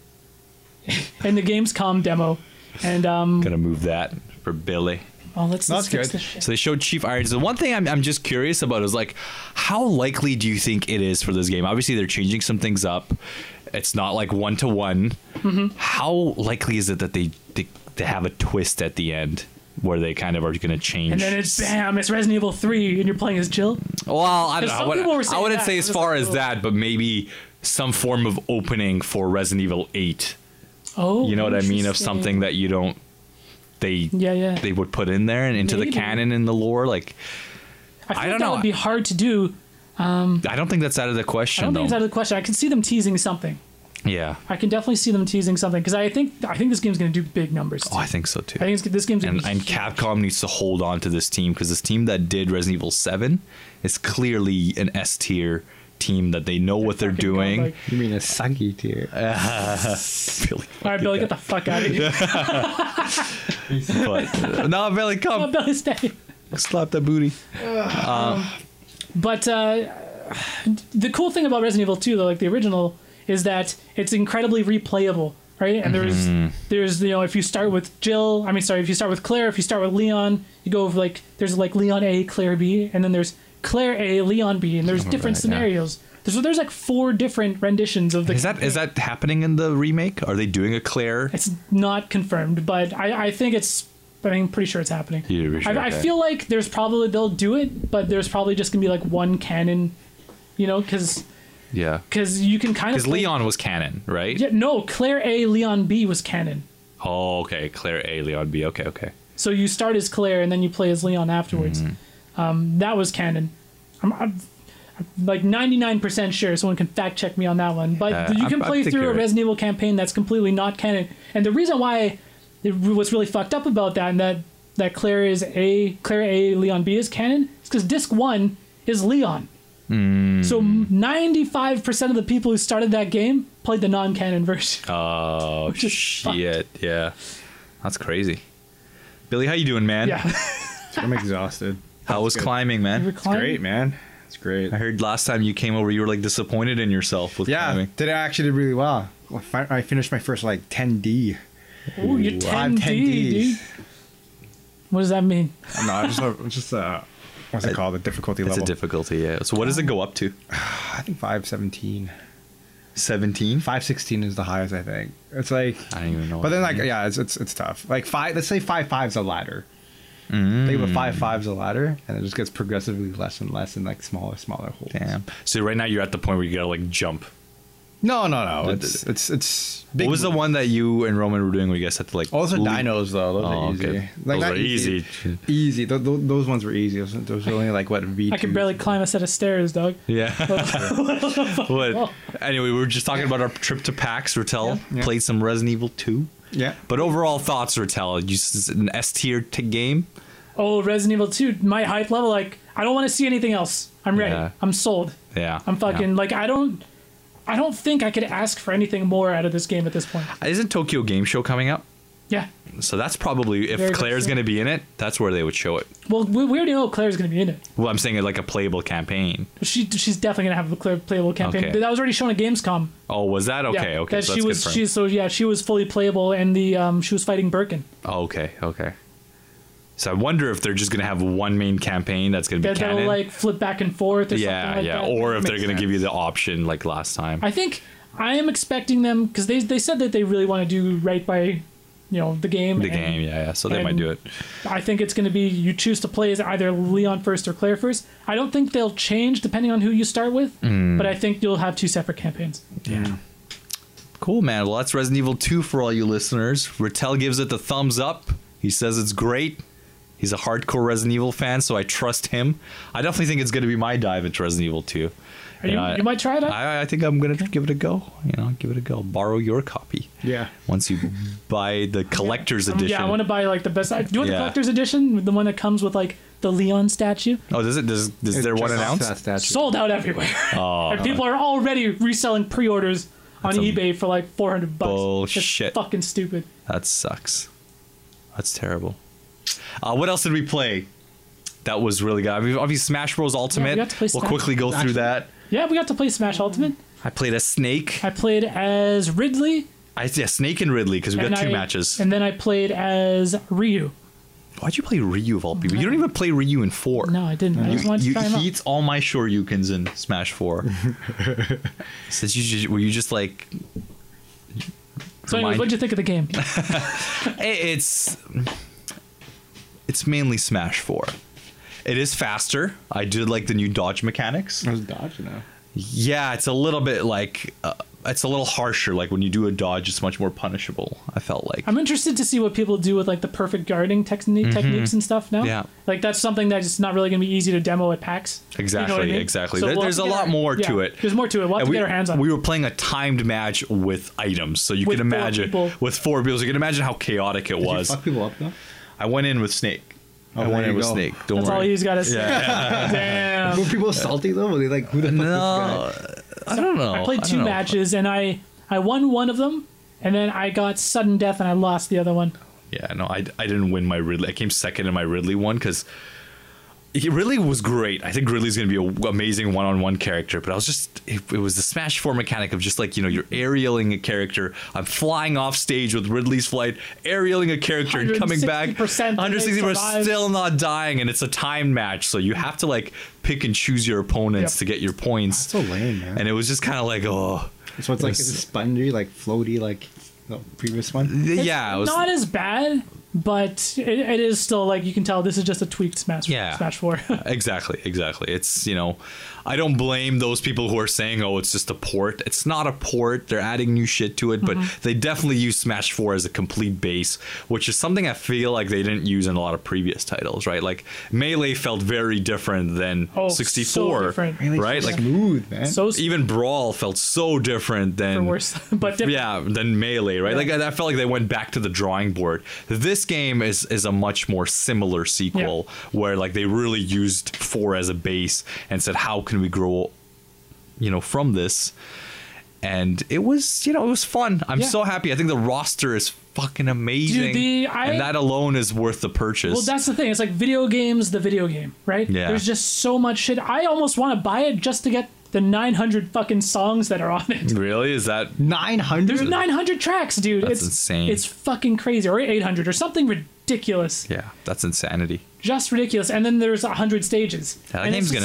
B: (laughs) in the Gamescom demo, and um,
A: gonna move that for Billy.
B: oh, let's, let's
D: That's
B: fix
D: good.
B: this shit.
A: So they showed Chief Irons. The one thing I'm, I'm just curious about is like, how likely do you think it is for this game? Obviously, they're changing some things up. It's not like one to one.
B: Mm-hmm.
A: How likely is it that they, they they have a twist at the end where they kind of are going to change?
B: And then it's bam, it's Resident Evil Three, and you're playing as Jill.
A: well, I don't
B: 'Cause
A: know. I
B: some
A: wouldn't-
B: people were
A: I
B: saying
A: wouldn't
B: that.
A: say
B: I
A: as
B: was
A: far
B: like,
A: as
B: oh.
A: that, but maybe some form of opening for Resident Evil Eight.
B: Oh,
A: You know what I mean? Of
B: interesting.
A: something that you don't they
B: Yeah, yeah.
A: they would put in there and into
B: Maybe.
A: the canon and the lore. Like
B: I, feel
A: I don't
B: that
A: know.
B: would be hard to do.
A: I don't think that's out of the
B: Hmm. I
A: question.
B: don't think it's
A: though.
B: out of the question. I can see them teasing something.
A: yeah.
B: I can definitely see them teasing something because I think I think this game's gonna do big numbers.
A: Oh,
B: I
A: I think so too.
B: think it's, this game's gonna
A: and,
B: be
A: and Capcom needs to hold on to this team because this team that did Resident Evil 7 is clearly an S tier team that they know what they're
B: fucking
A: doing.
B: godlike.
D: You mean a saggy tear?
A: (laughs) Billy,
B: All right, Billy, get the fuck
A: (laughs)
B: out of here.
A: but, (laughs) no, Billy,
B: Oh,
A: come
B: Billy, stay.
A: slap that booty.
B: But uh, the cool thing about Resident Evil 2, though, like the original, is that it's incredibly replayable, right? And
A: Mm-hmm.
B: there's there's you know if you start with Jill, I mean sorry, if you start with Claire, if you start with Leon, you go with, like there's like Leon A, Claire B, and then there's Claire A, Leon B, and there's different
A: yeah.
B: scenarios. There's there's like four different renditions of the.
A: Is that is that happening in the remake? Are they doing a Claire?
B: It's not confirmed, but I I think it's But I'm pretty sure it's happening.
A: Yeah, you're sure,
B: I, I
A: okay.
B: feel like there's probably they'll do it, but there's probably just gonna be like one canon, you know, because
A: Yeah.
B: because you can kind of
A: Because Leon was canon, right?
B: Yeah, no, Claire A, Leon B was canon.
A: Oh, okay. Claire A, Leon B. Okay, okay.
B: So you start as Claire and then you play as Leon afterwards.
A: Mm-hmm.
B: Um, that was canon. I'm, I'm, I'm like 99% sure someone can fact check me on that one. But
A: Uh,
B: you
A: I-
B: can
A: I
B: play
A: think
B: through a
A: you're right.
B: Resident Evil campaign that's completely not canon. And the reason why it, what's really fucked up about that and that that Claire is a Claire A Leon B is canon is because disc one is Leon.
A: Mm.
B: So 95% of the people who started that game played the non-canon version.
A: Oh,
B: (laughs) Which is
A: shit. Yeah. That's crazy. Billy, how you doing, man?
B: yeah. (laughs)
D: I'm (laughs) exhausted.
A: How was
D: Good.
A: climbing, man?
D: It's great, man. It's great.
A: I heard last time you came over, you were like disappointed in yourself with
D: Yeah,
A: climbing.
D: did I actually did really well. Well, fi- I finished my first like 10D.
B: Ooh, you're
D: I'm
B: 10 D, dude. What does that mean?
D: no, it's just a, it's just a what's it called? The difficulty
A: It's
D: level.
A: a difficulty, yeah. So what does it go up to?
D: I think 517.
A: 17?
D: 516 is the highest, I think. It's like
A: I don't even know.
D: But then,
A: what-
D: like, yeah, it's it's, it's tough. Like five, let's say five five's a ladder. Think of a five five's a ladder, and it just gets progressively less and less, and like smaller, smaller holes.
A: Damn. So right now you're at the point where you gotta like jump.
D: No, no, no. It's it's it's. Big
A: what was the one that you and Roman were doing where you guys had to like.
D: Oh, those are
A: leap?
D: dinos though. Those
A: Oh,
D: are easy.
A: okay. Those
D: not
A: are easy.
D: Easy. Tho- tho- those ones were easy. Those, those were only like what V.
B: I could barely climb a set of stairs, dog. (laughs)
A: Yeah. but anyway, we were just talking about our trip to PAX. Ratel
D: Yeah. Yeah.
A: played some Resident Evil 2.
D: Yeah.
A: But overall thoughts, Ratel, you s- an S tier t- game.
B: Oh, Resident Evil 2, my hype level, like, I don't want to see anything else. I'm ready.
A: Yeah.
B: I'm sold.
A: Yeah.
B: I'm fucking, like, I don't. I don't think I could ask for anything more out of this game at this point.
A: Yeah. Isn't Tokyo Game Show coming up?
B: Yeah.
A: So that's probably if
B: Very much
A: Claire's
B: so.
A: going to be in it, that's where they would show it.
B: Well, we, we already know Claire's going to be in it.
A: Well, I'm saying like a playable campaign.
B: She she's definitely going to have a Claire playable campaign.
A: Okay.
B: That was already shown at Gamescom.
A: Oh, was that okay?
B: yeah,
A: okay,
B: That
A: so
B: she
A: that's
B: was
A: good for
B: she
A: him.
B: so yeah she was fully playable and the um she was fighting Birkin.
A: Oh, okay, okay. So I wonder if they're just going to have one main campaign that's going to be
B: That
A: canon.
B: they'll like flip back and forth or
A: yeah,
B: something like
A: yeah.
B: that.
A: Or if they're
D: Makes
A: going to give
D: sense.
A: you the option like last time.
B: I think I am expecting them because they they said that they really want to do right by, you know, the game.
A: the
B: and
A: game, yeah, yeah. So they might
B: and-
A: do it.
B: I think it's going to be you choose to play as either Leon first or Claire first. I don't think they'll change depending on who you start with,
A: Hmm.
B: but I think you'll have two separate campaigns.
A: Cool, man. Well, that's Resident Evil 2 for all you listeners. Rattel gives it the thumbs up. He says it's great. He's a hardcore Resident Evil fan, so I trust him. I definitely think it's going to be my dive into Resident Evil 2.
B: Are you,
A: I-
B: you might try it out.
A: I, I think I'm going to give it a go. You know, give it a go. Borrow your copy.
D: Yeah.
A: Once you buy the collector's
B: Um,
A: edition.
B: Yeah, I want to buy like the best. I, do you want
A: Yeah.
B: the collector's edition, the one that comes with like the Leon statue?
A: oh, does it? Does, does
D: It's
A: there one
D: just
A: announced?
D: that statue.
B: Sold
A: (laughs)
B: out everywhere. and people are already reselling pre-orders on
A: That's a
B: eBay for like 400 bucks.
A: bullshit.
B: It's fucking stupid.
A: That sucks. That's terrible. Uh, what else did we play? That was really good. I mean, obviously, Smash Bros. Ultimate.
B: got to play
A: we'll
B: Smash
A: quickly go
D: Bros.
A: through that.
B: Yeah, we got to play Smash Ultimate.
A: I played a snake.
B: I played as Ridley.
A: I yeah, Snake and Ridley because we
B: and
A: got two
B: I-
A: matches.
B: And then I played as Ryu.
A: Why'd you play Ryu of all people? You don't even play Ryu in four.
B: No, I didn't. I
A: you,
B: just wanted to
A: you
B: try him out.
A: eats all my Shoryukens in Smash Four. Since you just, were you just like
B: So, anyways,
A: remind-
B: what'd you think of
A: (laughs)
B: the game?
A: i- it's it's mainly Smash Four. It is faster. I did like the new dodge mechanics.
D: I was dodging now.
A: Yeah, it's a little bit like uh, it's a little harsher. Like when you do a dodge, it's much more punishable. I felt like.
B: I'm interested to see what people do with like the perfect guarding techni- techniques and stuff now.
A: Mm-hmm. Yeah.
B: Like that's something that's just not really going to be easy to demo at PAX. You know
A: Exactly,
B: what I mean?
A: exactly.
B: So
A: There-
B: we'll have
A: there's
B: to
A: a
B: get
A: lot
B: our-
A: more to
B: yeah,
A: it.
B: There's more to it. We'll have
A: And
B: to get our hands on.
A: we
B: it.
A: (laughs) were playing a timed match with items, so you
B: With
A: can
B: four
A: imagine
B: people.
A: with four people. You can imagine how chaotic it
D: Did
A: was.
D: you fuck people up though?
A: I went in with Snake.
D: Oh,
A: I
D: there
A: went in
D: you
A: with
D: go.
A: Snake. Don't
B: that's all
A: worry.
B: he's got to say.
D: Were
B: Damn.
D: people salty though? Were they like, who the
A: (laughs)
D: fuck is this
A: no,
B: (laughs)
D: guy?
A: Oh, I don't know.
B: I played
A: don't
B: two
A: know.
B: matches and I I won one of them and then I got sudden death and I lost the other one.
A: Yeah, no, I, I didn't win my Ridley. I came second in my Ridley one because he really was great. I think Ridley's going to be an amazing one on one character, but I was just, it, it was the Smash 4 mechanic of just like, you know, you're aerialing a character. I'm flying off stage with Ridley's flight, aerialing a character and coming back.
B: 160% that they
A: 160%
B: survive.
A: still not dying, and it's a timed match, so you have to like pick and choose your opponents
B: Yep.
A: to get your points.
D: so lame, man.
A: And it was just kind of like, oh.
D: So it's like
A: Yes.
D: is it spongy, like floaty, like the previous one.
B: It's
A: yeah, it was
B: not as bad but it, it is still like you can tell this is just a tweaked Smash
A: Yeah.
B: Smash Four. (laughs)
A: Exactly, exactly. It's, you know, I don't blame those people who are saying, oh, it's just a port. It's not a port. They're adding new shit to it,
B: Mm-hmm.
A: but they definitely use Smash 4 as a complete base, which is something I feel like they didn't use in a lot of previous titles, right? Like, Melee felt very different than
B: Oh, so
A: 64,
B: different.
D: Really
A: right? Like,
D: smooth, man.
B: so even
A: even Brawl felt so different than.
B: worse, (laughs) but different.
A: Yeah, than melee, right? Like I I felt like they went back to the drawing board. This game is is a much more similar sequel where like they really used four as a base and said, how can we grow, you know, from this? And it was, you know, it was fun. I'm
B: Yeah.
A: so happy. I think the roster is fucking amazing,
B: the- I-
A: and that alone is worth the purchase.
B: Well, that's the thing. It's like video games, the video game, right?
A: Yeah.
B: There's just so much shit. I almost want to buy it just to get the 900 fucking songs that are on
A: (laughs)
B: it.
A: really is that
D: Nine hundred.
B: (laughs) There's 900 tracks, dude.
A: That's
B: it's
A: insane.
B: It's fucking crazy, or 800, or something ridiculous,
A: yeah, that's insanity.
B: just ridiculous. And then there's 100 stages.
A: That
B: And it's
A: game's
B: just
A: gonna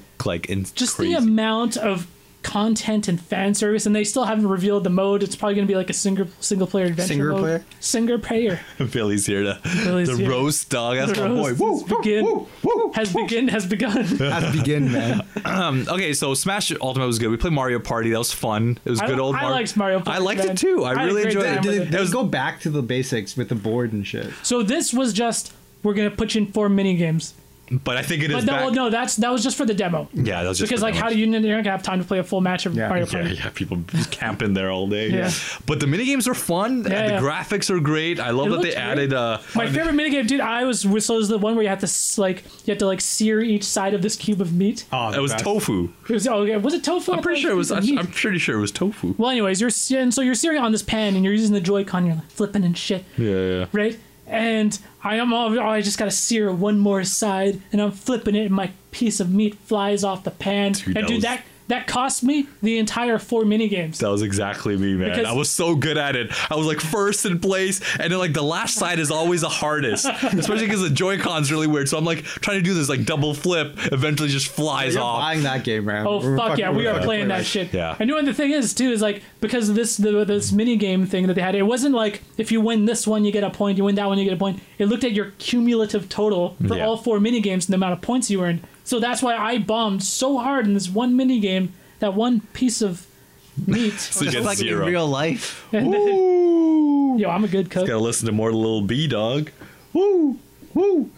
A: sell like in
B: just
A: crazy.
B: the amount of content and fan service, and they still haven't revealed the mode. It's probably gonna be like a single single player adventure
D: Singer
B: mode.
D: player?
B: Singer player
A: (laughs) Billy's here to
B: Billy's
A: the
B: here.
A: roast dog. That's
B: The
A: my boy.
B: roast.
A: Woo!
D: Woo,
B: begin-
D: woo, woo,
B: has
D: woo.
B: begin
A: (laughs)
B: has begun.
D: Has begin, man.
A: Um, Okay, so Smash Ultimate was good. We played Mario Party. That was fun. It was
B: I-
A: good old.
B: I
A: Mar-
B: liked Mario Party,
A: I liked
B: man.
A: it too.
B: I had
A: I
B: a
A: really
B: great
A: enjoyed
B: time
A: it.
B: with
D: They,
A: It was
D: go back to the basics with the board and shit.
B: so this was just we're gonna put you in four mini games.
A: but I think it
B: But
A: is
B: no,
A: back.
B: well, no, that's that was just for the demo.
A: Yeah, that was just
B: because
A: for
B: like,
A: demos.
B: how do you you're not gonna have time to play a full match of
D: Yeah,
B: Mario
A: Yeah,
B: Party?
A: yeah, people just camp in there all day.
B: Yeah.
A: But the minigames are fun.
B: Yeah,
A: the
B: yeah.
A: graphics are great. I love
B: It
A: that they
B: looked great.
A: added uh
B: My favorite minigame, dude, I was so is the one where you have to s- like you have to like sear each side of this cube of meat.
D: Oh,
A: it was tofu.
B: It was, oh, yeah, was it tofu? I
A: Uh, I'm
B: thought
A: pretty sure it was
B: cubes of meat.
A: I'm pretty sure it was tofu.
B: Well, anyways, you're se- and so you're searing on this pan, and you're using the Joy-Con. You're like flipping and shit,
A: Yeah, yeah.
B: right? And I am all, oh, I just gotta sear one more side, and I'm flipping it, and my piece of meat flies off the pan.
A: Dude,
B: and
A: that
B: dude,
A: was-
B: that that cost me the entire four mini games.
A: That was exactly me, man.
B: Because-
A: I was so good at it. I was like first in place, and then like the last side is always the hardest, especially because the Joy Con's really weird. So I'm like trying to do this like double flip, eventually just flies
D: You're
A: off.
D: buying that game, man.
B: Oh
D: We're
B: fuck
D: fucking-
B: yeah, we
D: we're
B: are
D: fucking
B: playing that
D: that.
B: shit.
A: Yeah.
B: And you know, and the thing is too is like because this the this mini game thing that they had, it wasn't like if you win this one you get a point, you win that one you get a point. It looked at your cumulative total for
A: Yeah.
B: all four mini games and the amount of points you earned. So that's why I bombed so hard in this one mini game, that one piece of
A: (laughs)
B: meat. (laughs)
A: you get
D: Just like
A: zero.
D: in real life.
A: Woo!
B: Yo, I'm a good cook.
A: Gotta listen to more little B dog. Woo! Woo!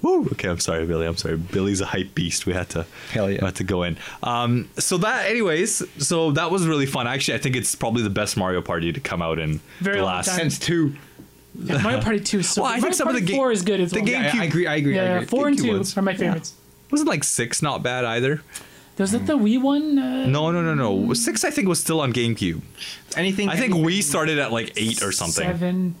A: Woo! Okay, I'm sorry, Billy. I'm sorry. Billy's a hype beast. We had to
D: Hell yeah.
A: we had to go in. Um, so that, anyways, so that was really fun. Actually, I think it's probably the best Mario Party to come out in
B: Very
A: the
B: long
A: last
B: time.
D: Sense two.
B: Mario Party 2 is
A: (laughs)
B: so
A: Well, I
B: good.
A: think
B: Mario
A: some of
B: Party
A: the ga-
B: 4 is good as
A: the
B: well.
A: game-
D: Yeah, I, I agree. I agree. I
B: yeah,
D: agree.
B: 4 and
A: GameCube
B: 2
A: ones.
B: are my favorites.
A: Wasn't like six not bad either?
B: Was it the Wii one? Uh,
A: No, no, no, no. Six, I think, was still on GameCube.
D: Anything.
A: I think we started at like eight or something. Seven,
B: Seven.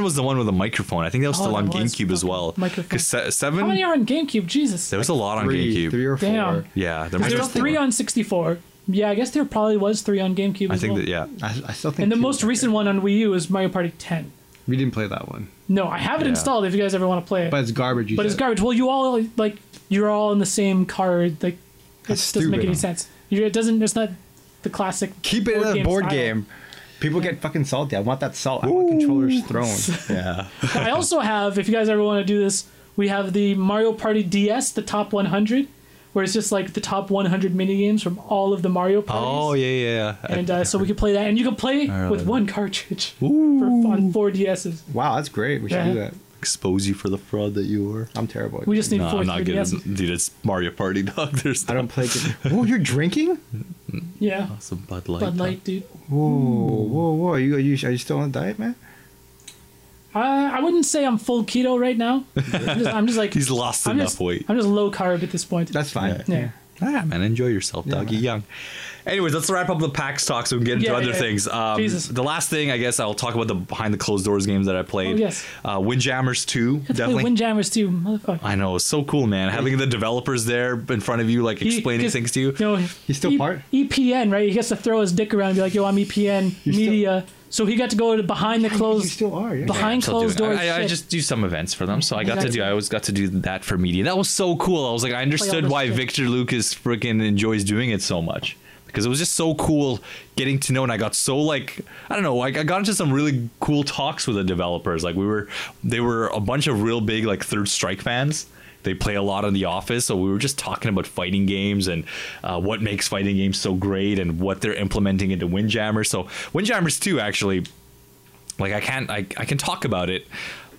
A: was the one with the microphone. I think that was
B: Oh,
A: still on
B: that was
A: GameCube as well.
B: fucking microphone.
A: 'Cause se-
B: How
A: seven,
B: many are on GameCube? Jesus.
A: there was a lot on
D: three,
A: GameCube.
D: three or four.
B: Damn.
A: yeah, there
B: Because
A: might
B: there
A: have
B: was
A: been
B: three
A: more.
B: on 64. Yeah, I guess there probably was three on GameCube.
A: I
B: as
A: think
B: well.
A: that yeah.
D: I, I still think.
B: And the
D: two
B: most
D: was okay.
B: recent one on Wii U is Mario Party 10.
D: We didn't play that one,
B: No, I have it
A: Yeah.
B: installed. If you guys ever want to play it,
D: but
B: but,
D: it's garbage. You
B: it's
D: said.
B: garbage. Well, you all like you're all in the same card. Like it
D: That's
B: doesn't make
D: stupid.
B: any sense. you it doesn't. It's not the classic.
D: Keep it in a board
B: style.
D: game. People get fucking salty. I want that salt. I want
B: (laughs)
D: controllers thrown.
A: Yeah.
B: I also have. If you guys ever want to do this, we have the Mario Party DS, the top 100, where it's just like the top 100 mini games from all of the Mario parties.
A: Oh yeah, yeah. yeah.
B: and uh, so we could play that, and you could play with one cartridge
A: Hmm.
B: for, on four DSs.
D: Wow, that's great. We should
B: Yeah.
D: do that.
A: expose you for the fraud that you are.
D: I'm terrible. At
B: We just need
A: No,
B: four
A: I'm not
B: 3DSs.
A: good. Dude, it's Mario Party (laughs) dog. There's
B: (laughs)
D: I don't play. Good. Whoa, you're drinking?
B: Yeah,
A: some Bud Light.
B: Bud
A: dog.
B: Light, dude.
D: Whoa, whoa, whoa! Are you, are you are you still on a diet, man?
B: I I wouldn't say I'm full keto right now. I'm just, I'm just like
A: He's lost
B: I'm
A: enough
B: just,
A: weight.
B: I'm just low carb at this point.
D: That's fine.
B: yeah.
A: Ah, man, enjoy yourself, dog. You're young. Anyways, let's wrap up the PAX talk so we can get into
B: Yeah,
A: other
B: yeah.
A: things. Um,
B: Jesus.
A: The last thing, I guess, I'll talk about the behind the closed doors games that I played.
B: Oh, yes.
A: Uh, Windjammers 2,
B: I play
A: definitely.
B: Windjammers too, motherfucker.
A: I know, it's so cool, man. Having the developers there in front of you, like
B: He- E-
A: explaining
B: 'cause,
A: things to you.
B: know,
D: He's still part?
B: EPN, right? He gets to throw his dick around and be like, "Yo, I'm EPN
D: still-
B: media." so he got to go to behind the closed,
D: You still are. Yeah.
A: I'm
B: behind
A: still
B: closed
A: doing-
B: doors.
A: I, I, I
B: shit.
A: just do some events for them, so I got to
B: Exactly.
A: do. I always got to do that for media. That was so cool. I was like, I
B: all
A: understood
B: this
A: why
B: shit.
A: Victor Lucas freaking enjoys doing it so much. because it was just so cool getting to know and i got so like i don't know like i got into some really cool talks with the developers like we were they were a bunch of real big like third strike fans they play a lot on the office so we were just talking about fighting games and uh, what makes fighting games so great and what they're implementing into windjammers so windjammers 2 actually like i can't I, I can talk about it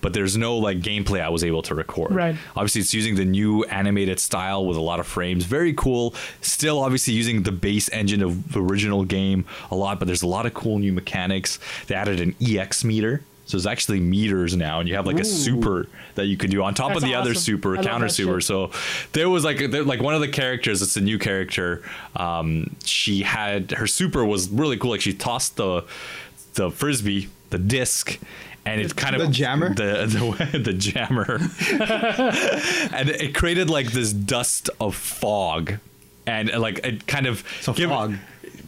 A: but there's no like gameplay i was able to record
B: Right.
A: obviously it's using the new animated style with a lot of frames very cool still obviously using the base engine of the original game a lot but there's a lot of cool new mechanics they added an ex meter so it's actually meters now and you have like a super that you can do on top of
B: That's
A: the other
B: awesome. I
A: super
B: love
A: counter
B: that
A: super
B: shit.
A: so there was like there, like one of the characters it's a new character um she had her super was really cool like she tossed the the frisbee the disc and it kind of
D: The jammer?
A: the (laughs) the, the jammer and it created like this dust of fog and like it kind of
D: So
A: give-
D: fog.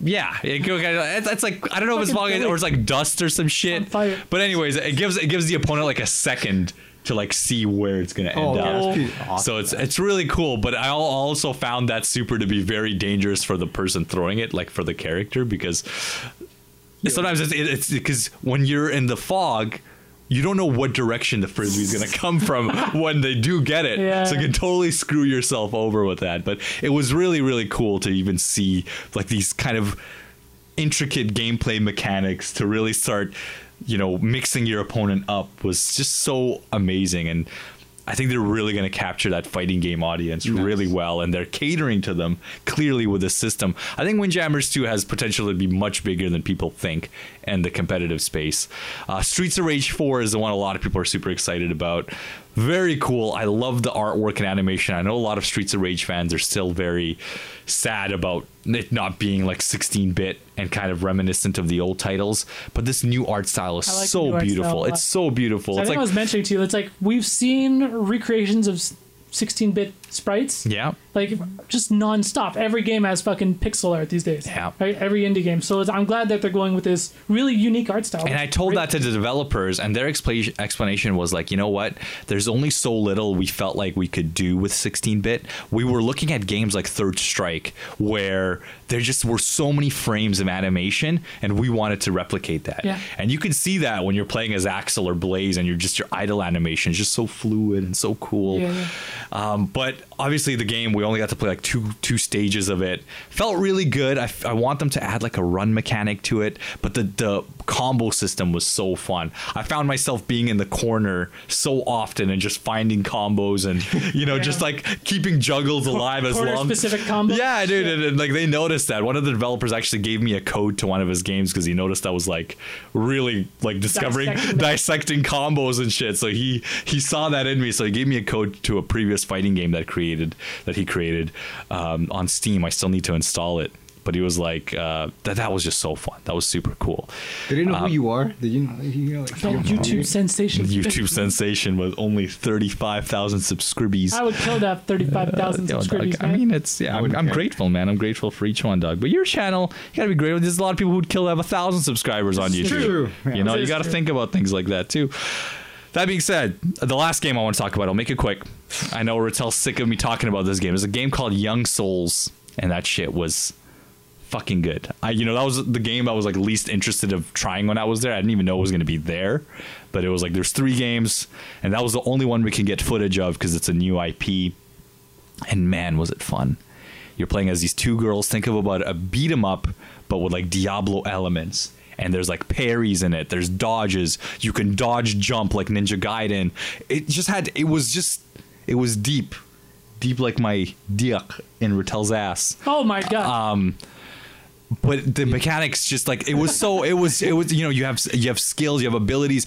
A: yeah, it, go- it's, it's like I don't know if it's
B: Fucking
A: fog
B: silly.
A: or it's like dust or some shit.
B: on fire.
A: But anyways, it gives it gives the opponent like a second to like see where it's gonna end
D: Oh,
A: up.
D: that's pretty awesome.
A: So it's it's really cool, but I al- also found that super to be very dangerous for the person throwing it, like for the character, because sometimes it's it- it's because when you're in the fog. You don't know what direction the frisbee
D: (laughs)
A: is going to come from when they do get it.
B: Yeah.
A: So you can totally screw yourself over with that. But it was really, really cool to even see like these kind of intricate gameplay mechanics to really start, you know, mixing your opponent up was just so amazing. And I think they're really going to capture that fighting game audience really well. And they're catering to them clearly with this system. I think Windjammers 2 has potential to be much bigger than people think in the competitive space. Uh, Streets of Rage 4 is the one a lot of people are super excited about. Very cool. I love the artwork and animation. I know a lot of Streets of Rage fans are still very sad about it not being like 16 bit and kind of reminiscent of the old titles, but this new art style is
B: I like the new
A: so
B: art style a
A: beautiful.
B: lot.
A: It's so beautiful.
B: I
A: it's
B: think
A: like,
B: I was mentioning to you, it's like we've seen recreations of 16 bit sprites.
A: yeah.
B: Like just nonstop. Every game has fucking pixel art these days.
A: Yeah.
B: Right? Every indie game. So it's, I'm glad that they're going with this really unique art style.
A: And I told that to the developers, and their expla- explanation was like, you know what? There's only so little we felt like we could do with 16 bit. We were looking at games like Third Strike, where there just were so many frames of animation, and we wanted to replicate that.
B: Yeah.
A: And you can see that when you're playing as Axel or Blaze, and you're just your idle animation is just so fluid and so cool.
B: Yeah, yeah.
A: Um, but obviously, the game we only got to play like two two stages of it. Felt really good. I, f- I want them to add like a run mechanic to it, but the the combo system was so fun. I found myself being in the corner so often and just finding combos and you know just like keeping juggles alive as long
B: Corner-specific combos.
A: Yeah, dude,
B: Shit.
A: and, and, like they noticed that. One of the developers actually gave me a code to one of his games because he noticed I was like really like discovering
B: Dissecting that.
A: dissecting combos and shit. So he he saw that in me, so he gave me a code to a previous fighting game that created that he created um, on Steam. I still need to install it, but he was like uh, that. That was just so fun. That was super
B: (laughs)
A: cool.
D: They didn't know who you are. They didn't. You know, like,
B: That YouTube sensation. (laughs)
A: YouTube sensation with only thirty five thousand subscribers.
B: I would kill that
A: (laughs)
B: 35,000
A: Yeah, Doug,
B: subscribers.
A: I
B: man.
A: mean, it's yeah. I'm,
D: wouldn't
A: I'm
D: care.
A: grateful, man. I'm grateful for each one, Doug. But your channel, you gotta be grateful. There's a lot of people who'd kill to have a thousand subscribers on
B: This
A: YouTube.
B: is
D: true.
A: You
D: Yeah.
A: know,
B: This
A: you
B: is
A: gotta
B: true.
A: think about things like that too. That being said, the last game I want to talk about, I'll make it quick. I know Rattel's sick of me talking about this game. It's a game called Young Souls, and that shit was fucking good. I you know that was the game I was like least interested of trying when I was there. I didn't even know it was going to be there, but it was like there's three games, and that was the only one we can get footage of because it's a new IP. And man, was it fun! You're playing as these two girls. Think of about a beat 'em up, but with like Diablo elements. And there's like parries in it. There's dodges. You can dodge jump like Ninja Gaiden. It just had. It was just. It was deep, deep like my dick in Rattel's ass
B: oh my god.
A: um, but the mechanics just like it was so it was it was you know you have you have skills you have abilities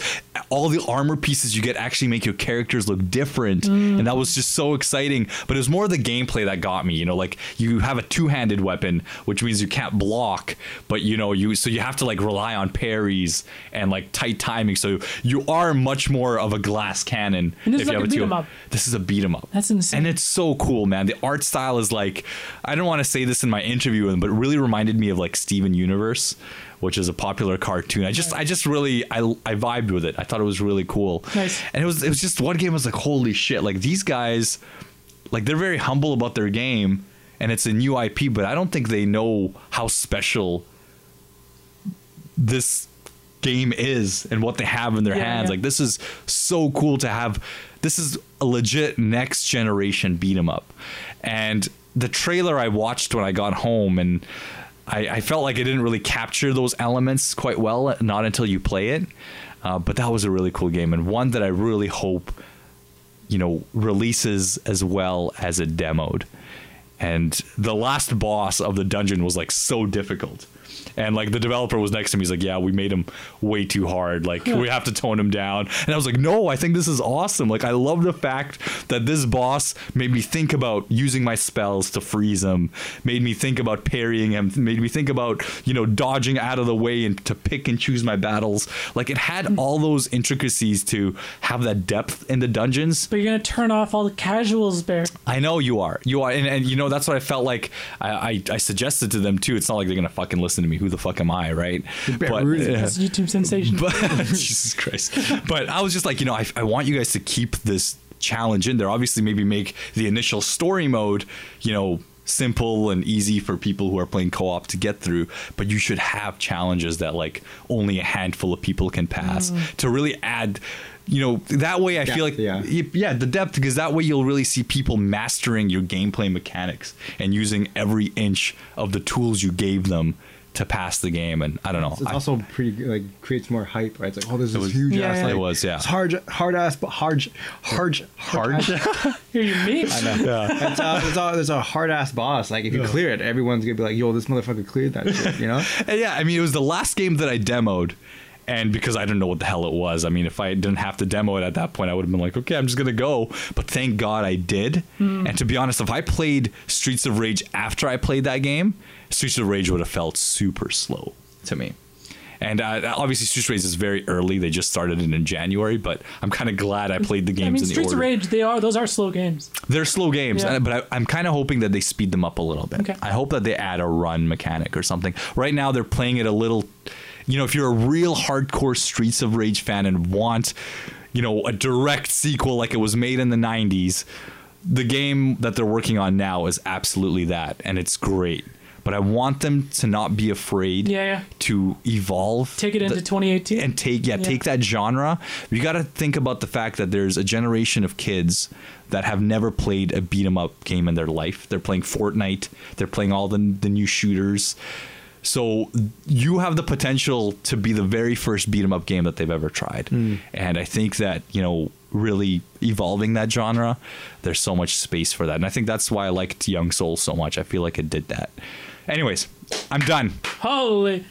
A: all the armor pieces you get actually make your characters look different
B: Mm.
A: and that was just so exciting but it was more the gameplay that got me you know like you have a two-handed weapon which means you can't block but you know you so you have to like rely on parries and like tight timing so you are much more of a glass cannon
B: And this is
A: you
B: like a
A: two-
B: beat 'em up.
A: this is a beat 'em up
B: That's insane.
A: and it's so cool, man. The art style is like I don't want to say this in my interview with him, but it really reminded me of like Steven Universe, which is a popular cartoon. I just I just really I I vibed with it. I thought it was really cool.
B: Nice.
A: And it was it was just one game I was like, holy shit, like these guys like they're very humble about their game and it's a new IP, but I don't think they know how special this game is and what they have in their
B: Yeah,
A: hands.
B: yeah.
A: Like this is so cool to have. This is a legit next generation beat 'em up, and the trailer I watched when I got home and. I, I felt like it didn't really capture those elements quite well, not until you play it. Uh, but that was a really cool game and one that I really hope you know releases as well as it demoed and the last boss of the dungeon was like so difficult and like the developer was next to me he's like yeah we made him way too hard like we have to tone him down and i was like no i think this is awesome like i love the fact that this boss made me think about using my spells to freeze him made me think about parrying him made me think about you know dodging out of the way and to pick and choose my battles like it had all those intricacies to have that depth in the dungeons
B: But you're gonna turn off all the casuals, Bear.
A: I know you are. You are, and, and you know that's what I felt like. I, I I suggested to them too. It's not like they're gonna fucking listen to me. Who the fuck am I, right?
D: Bear Grylls.
A: yeah.
B: That's a YouTube sensation.
A: (laughs) but Oh, Jesus Christ. But I was just like, you know, I I want you guys to keep this challenge in there. Obviously, maybe make the initial story mode, you know. Simple and easy for people who are playing co-op to get through, but you should have challenges that like only a handful of people can pass to really add, you know, that way I
D: Yeah,
A: feel like
D: yeah.
A: y- yeah, the depth because that way you'll really see people mastering your gameplay mechanics and using every inch of the tools you gave them to pass the game. And I don't know,
D: It's
A: Oh, I-
D: also pretty good, like creates more hype, right? It's like, oh, this is
A: was-
D: huge
B: Yeah,
D: ass.
B: yeah.
D: Like,
A: It was, yeah.
D: It's hard, hard ass, but hard, hard, hard.
B: Here you
A: (laughs)
B: meet.
D: it's, uh, it's, uh, there's a hard ass boss. Like if you clear it, everyone's gonna be like, yo, this motherfucker cleared that shit. You know?
A: (laughs) And yeah, I mean, it was the last game that I demoed. And because I didn't know what the hell it was, I mean, if I didn't have to demo it at that point, I would have been like, okay, I'm just going to go. But thank God I did.
B: Hmm.
A: And to be honest, if I played Streets of Rage after I played that game, Streets of Rage would have felt super slow to me. And uh, obviously, Streets of Rage is very early. They just started it in January, but I'm kind of glad I played the games
B: I mean,
A: in the
B: Streets
A: order.
B: of Rage. They are those are slow games.
A: They're slow games,
B: Yeah.
A: and- but I, I'm kind of hoping that they speed them up a little bit.
B: Okay.
A: I hope that they add a run mechanic or something. Right now, they're playing it a little. You know, if you're a real hardcore Streets of Rage fan and want, you know, a direct sequel like it was made in the 90s, the game that they're working on now is absolutely that, and it's great. But I want them to not be afraid
B: Yeah, yeah.
A: to evolve.
B: Take it into
A: the-
B: 2018.
A: and take yeah,
B: Yeah.
A: take that genre. You got to think about the fact that there's a generation of kids that have never played a beat 'em up game in their life. They're playing Fortnite. They're playing all the the new shooters. So you have the potential to be the very first beat 'em up game that they've ever tried. And I think that, you know, really evolving that genre, there's so much space for that. And I think that's why I liked Young Soul so much. I feel like it did that. Anyways, I'm done.
B: Holy.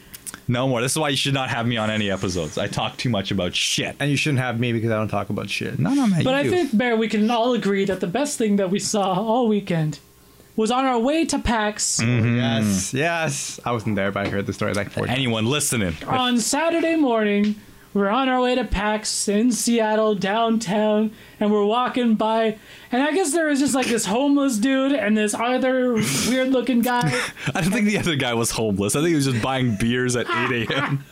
A: No more. This is why you should not have me on any episodes. I talk too much about shit.
D: (laughs) And you shouldn't have me because I don't talk about shit.
A: No, no, man.
B: But
A: you
B: I
A: do.
B: think, Bear, we can all agree that the best thing that we saw all weekend was on our way to PAX
D: Yes, yes. I wasn't there, but I heard the story like four times.
A: anyone listening.
B: on Saturday morning. We're on our way to PAX in Seattle downtown, and we're walking by, and I guess there was just like this homeless dude and this other weird-looking guy.
A: I don't think the other guy was homeless. I think he was just buying beers at 8 (laughs) a.m.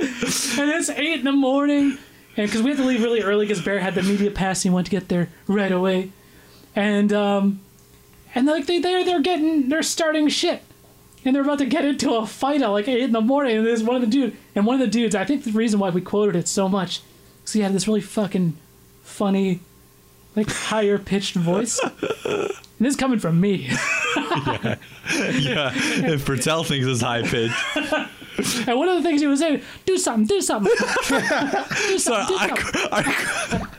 B: and it's eight in the morning, and because we had to leave really early because Bear had the media pass, he wanted to get there right away, and um, and like they they're they're getting they're starting shit, and they're about to get into a fight at like eight in the morning, and there's one of the dude and one of the dudes. I think the reason why we quoted it so much, because he had this really fucking funny, like higher pitched voice. And this is coming from me. (laughs)
A: Yeah. If Bertel thinks it's high (laughs) pitch.
B: And one of the things he was saying, do something, do something. (laughs)
A: (laughs)
B: do something, do
A: I,
B: something.
A: I-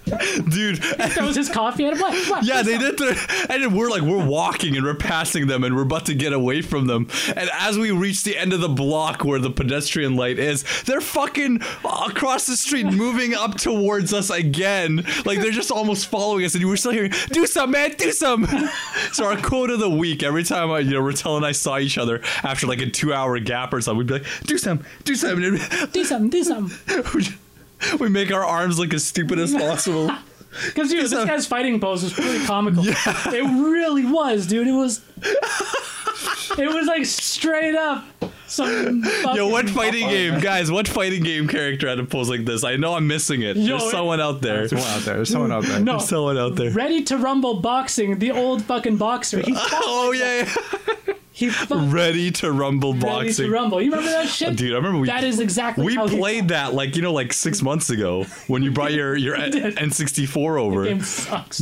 A: dude.
B: That was his coffee at him. What? What?
A: Yeah,
B: Do
A: they
B: something."
A: did. Their, and then we're like, we're walking and we're passing them and we're about to get away from them. And as we reach the end of the block where the pedestrian light is, they're fucking across the street moving up towards us again. Like they're just almost following us. And we're still hearing, do some, man, do some. (laughs) so our quote of the week, every time I, you know, Rattel and I saw each other after like a two hour gap or something, we'd be like, do some, do some. And it'd
B: do something, do (laughs) something.
A: be- (laughs) we make our arms look as stupid as possible.
B: Because dude, this guy's fighting pose was pretty comical. It really was, dude. It was, it was like straight up Some
A: Yo,
B: fucking-
A: what fighting game, guys? What fighting game character had a pose like this? I know I'm missing it.
B: Yo,
A: There's
B: it-
A: someone out there.
D: There's someone out there. There's someone out
B: (laughs)
D: there.
B: No.
A: There's someone out there.
B: Ready to rumble boxing, the old fucking boxer. He
A: Oh yeah, yeah. (laughs)
B: he fucking
A: ready to rumble
B: ready
A: boxing.
B: to rumble. You remember that shit?
A: Dude, I remember we
B: that is exactly
A: we
B: how he-
A: played that like you know like six months ago when you brought your
B: (laughs)
A: your N sixty four over.
B: (laughs) Game sucks.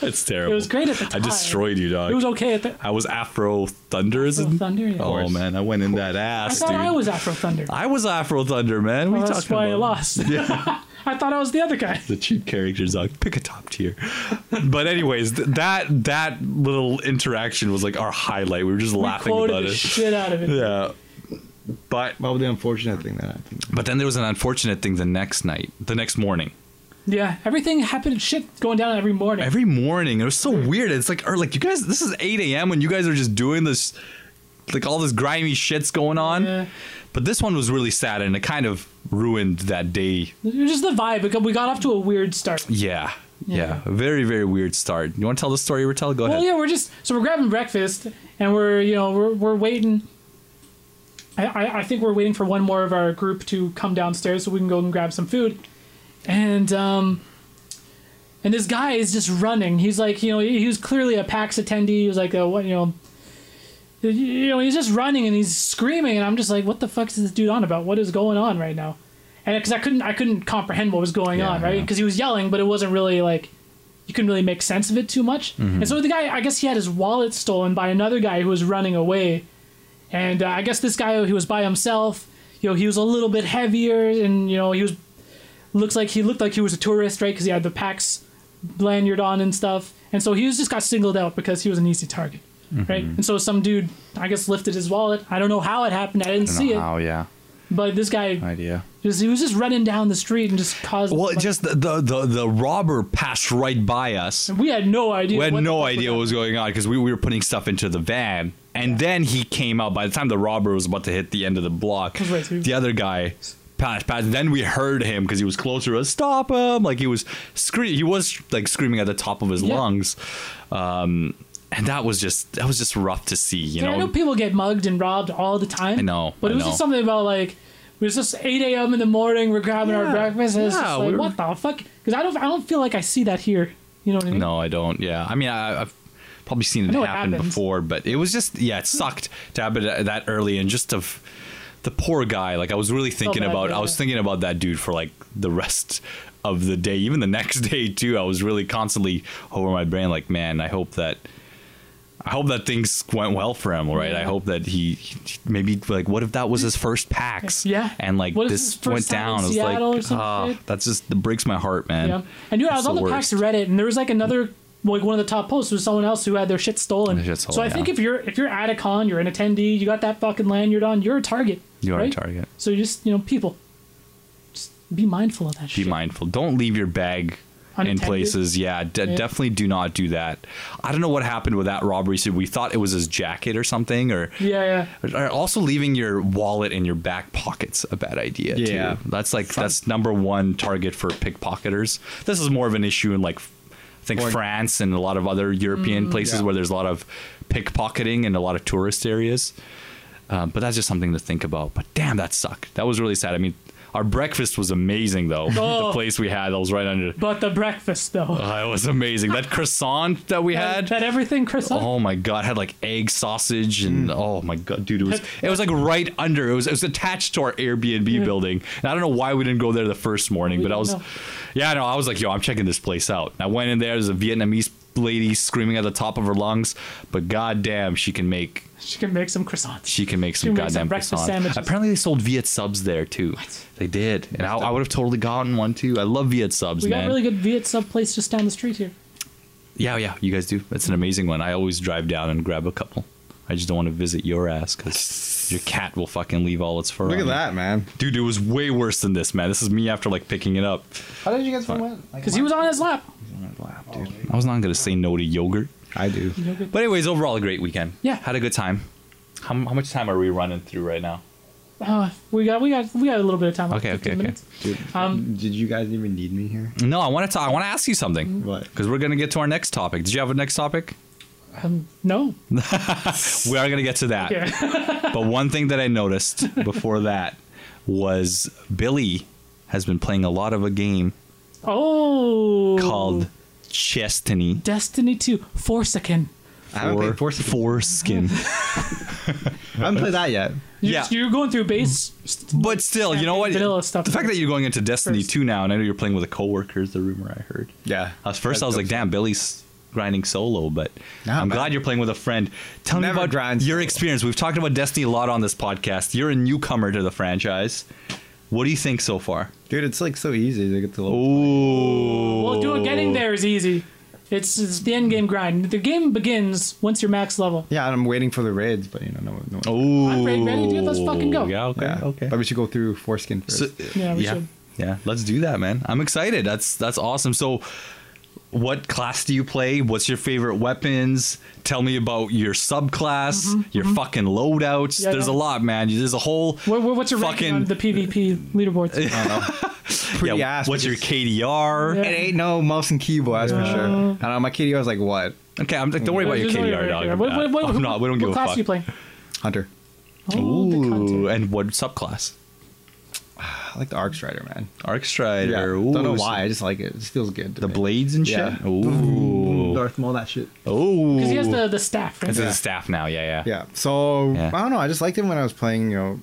A: It's terrible.
B: It was great at the
A: I
B: time.
A: destroyed you, dog.
B: It was okay at the.
A: I was Afro Thunder. is
B: Afro
A: it?
B: Thunder, yeah. Of
A: Oh
B: course.
A: man, I went in that ass,
B: I thought
A: dude.
B: I was Afro Thunder.
A: I was Afro Thunder, man. What are you
B: that's
A: talking
B: why I
A: about?
B: lost. (laughs) I thought I was the other guy.
A: the cheap characters on pick a top tier but anyways th- that that little interaction was like our highlight we were just laughing
B: Quoted
A: about
B: the
A: it
B: shit out of it.
A: yeah but
D: Well, the unfortunate thing that happened.
A: but then there was an unfortunate thing the next night the next morning
B: Yeah, everything happened. Shit going down every morning.
A: every morning it was so weird it's like or like you guys this is 8 a.m when you guys are just doing this like all this grimy shit's going on
B: Yeah.
A: but this one was really sad and it kind of ruined that day
B: it was just the vibe. because We got off to a weird start.
A: yeah yeah,
B: Yeah.
A: very very weird start you want to tell the story or tell go
B: Well,
A: ahead
B: yeah, we're just so we're grabbing breakfast and we're you know we're we're waiting. I, I I think we're waiting for one more of our group to come downstairs so we can go and grab some food, and um. And this guy is just running. He's like, you know, he he was clearly a PAX attendee. He was like, a, what, you know, you know, he's just running and he's screaming, and I'm just like, what the fuck is this dude on about? What is going on right now? And because I couldn't, I couldn't comprehend what was going
A: Yeah,
B: on, right?
A: yeah.
B: Because he was yelling, but it wasn't really like you couldn't really make sense of it too much.
A: Mm-hmm.
B: And so the guy, I guess he had his wallet stolen by another guy who was running away, and uh, I guess this guy he was by himself. You know, he was a little bit heavier, and you know, he was looks like he looked like he was a tourist, right? Because he had the PAX lanyard on and stuff, and so he was just got singled out because he was an easy target,
A: Mm-hmm.
B: right? And so some dude, I guess, lifted his wallet. I don't know how it happened. I didn't see it,
A: yeah
B: but this guy,
A: idea
B: just, he was just running down the street and just caused.
A: Well,
B: like,
A: just the, the the the robber passed right by us.
B: we had no idea.
A: We had
B: what the
A: no
B: fuck was
A: idea what was going on because we, we were putting stuff into the van, and then he came out. By the time the robber was about to hit the end of the block,
B: was right, so he-
A: the other guy passed. passed. Then we heard him because he was closer. to us, Stop him! Like he was scream. He was like screaming at the top of his
B: Yeah.
A: lungs. Um, and that was just that was just rough to see. You
B: Yeah,
A: know,
B: I know people get mugged and robbed all the time.
A: I know,
B: But
A: I
B: it was
A: know.
B: just something about like it was just 8 a.m. in the morning. We're grabbing our
A: Yeah,
B: breakfast. And it's
A: yeah,
B: just
A: we
B: like
A: were-
B: what the fuck? Because I don't, I don't feel like I see that here. You know what I mean?
A: No, I don't. Yeah, I mean, I, I've probably seen it
B: Hmm? know it
A: happen
B: happens.
A: before, but it was just yeah, it sucked to happen tha- that early and just of the poor guy. Like I was really thinking
B: bad,
A: about, I
B: yeah.
A: was thinking about that dude for like the rest of the day, even the next (laughs) day too. I was really constantly over my brain, like, man, I hope that. I hope that things went well for him, right? I
B: Yeah.
A: hope that he he- maybe like what if that was his first PAX?
B: Yeah.
A: and like
B: What if
A: this
B: his first
A: went
B: time in
A: down. It's like
B: Seattle or some
A: ah,
B: shit?
A: that's just it breaks my heart, man.
B: Yeah. And dude, I was
A: It's
B: on
A: the
B: the PAX Reddit, and there was like another like one of the top posts was someone else who had their shit stolen.
A: Their shit
B: so
A: stolen,
B: I think
A: yeah.
B: if you're if you're at a con, you're an attendee, you got that fucking lanyard on, you're a target.
A: You are a
B: right?
A: target.
B: So you just you know people, just be mindful of that
A: be
B: shit.
A: mindful. Don't leave your bag in
B: Unattended.
A: places. Yeah, de-
B: Yeah.
A: definitely do not do that. I don't know what happened with that robbery. So we thought it was his jacket or something, or,
B: yeah, yeah.
A: or also leaving your wallet in your back pocket's a bad idea.
D: Yeah.
A: too. that's like that's number one target for pickpocketers. This is more of an issue in like. I think
D: Or-
A: France and a lot of other European places
D: Yeah.
A: where there's a lot of pickpocketing and a lot of tourist areas. Um, but that's just something to think about. But damn, that sucked. That was really sad. I mean, our breakfast was amazing though. (laughs) the
B: Oh.
A: place we had that was right under.
B: But the breakfast though,
A: Uh, it was amazing. That croissant that we
B: that,
A: had.
B: that everything, Chris.
A: Oh my god, had like egg sausage and
B: Mm.
A: oh my god, dude, it was it was like right under. It was it was attached to our Airbnb building. And I don't know why we didn't go there the first morning,
B: We
A: but I
B: don't
A: was
B: know.
A: Yeah, no, I was like, yo, I'm checking this place out. And I went in there, there's a Vietnamese lady screaming at the top of her lungs, but goddamn, she can make
B: She can make some croissants.
A: she can make some
B: can make some
A: goddamn
B: breakfast
A: croissants.
B: sandwiches.
A: Apparently, they sold Viet subs there too. They did, and I, I would have totally gotten one too. I love Viet subs,
B: we
A: man.
B: got really good Viet sub place just down the street here.
A: yeah, yeah, you guys do. That's an amazing one. I always drive down and grab a couple. I just don't want to visit your ass because your cat will fucking leave all its fur.
D: Look
A: on
D: at
A: it.
D: that, man.
A: dude. It was way worse than this, man. This is me after like picking it up.
D: How did you guys find that?
B: Because he was on his lap.
D: lap, dude.
A: I was not gonna say no to yogurt.
D: I do.
A: But anyways, overall a great weekend.
B: Yeah.
A: had a good time. How, how much time are we running through right now?
B: Uh, we got we got we got a little bit of time. like
A: Okay,
B: 15
A: okay, okay.
B: minutes.
D: Dude,
B: Um,
D: did you guys even need me here?
A: No, I want to talk. I want to ask you something.
D: What?
A: Because we're gonna get to our next topic. Did you have a next topic?
B: Um, no.
A: We are gonna get to that.
B: Yeah.
A: But one thing that I noticed before that was Billy has been playing a lot of a game
B: (laughs) Oh.
A: called Chestiny
B: Destiny 2 Forsaken.
D: I haven't played
A: for
D: Forsaken.
A: Foreskin.
D: (laughs) I haven't played that yet.
B: You're,
A: Yeah.
B: you're going through base.
A: But still, you know what?
B: Vanilla stuff.
A: The fact that you're going into Destiny
B: First.
A: 2 now, and I know you're playing with a coworker is the rumor I heard.
D: Yeah.
A: I was- first, I was like, damn, Billy's grinding solo, but
D: Nah,
A: I'm
D: man.
A: glad you're playing with a friend. Tell
D: Never
A: me about
D: grind
A: your
D: solo.
A: experience. We've talked about Destiny a lot on this podcast. You're a newcomer to the franchise. What do you think so far?
D: dude, it's like so easy to get the
A: Oh.
D: little.
A: Ooh.
B: Well, doing getting there is easy. It's, it's the end game grind. The game begins once you're max level.
D: Yeah, and I'm waiting for the raids, but you know, no, one- no. one-
A: Ooh.
B: I'm ready- ready, dude. Let's fucking go.
A: Yeah, Oh, okay.
D: yeah,
A: okay.
D: But we should go through foreskin first.
A: So-
B: Yeah, we should.
A: Yeah, let's do that, man. I'm excited. That's that's awesome. So, what class do you play? What's your favorite weapons? Tell me about your subclass, your fucking loadouts.
B: Mm-hmm, Yeah,
A: There's
B: no.
A: a lot, man. There's a whole
B: What, what- what's your ranking on the PvP leaderboards?
D: I don't know. (laughs) Pretty
A: yeah,
D: ass.
A: What's your
D: because
A: KDR?
B: Yeah.
D: It ain't no mouse and keyboard, that's for sure.
B: No.
D: I don't know. My KDR is like what?
A: Okay, I'm like, don't (laughs) worry about your
B: Just don't worry
A: KDR,
B: about
A: dog.
B: it.
A: I'm
B: What-
A: not-
B: what- what-
A: I'm not. We don't give
B: What
A: a
B: class
A: fuck.
B: are you playing?
D: Hunter.
B: Oh, the
A: Ooh,
B: content.
A: and what subclass?
D: I like the Arc Strider, man.
A: Arc Strider. Ooh,
D: Don't know why. I just like it. It just feels good. to
A: The
D: me.
A: blades and shit.
D: Yeah.
A: Ooh.
D: Darth Maul, that shit.
A: Ooh.
B: Because he has the, the staff, right?
A: It's a staff now. Yeah, yeah.
D: Yeah. So
A: Yeah.
D: I don't know. I just liked it when I was playing, you know,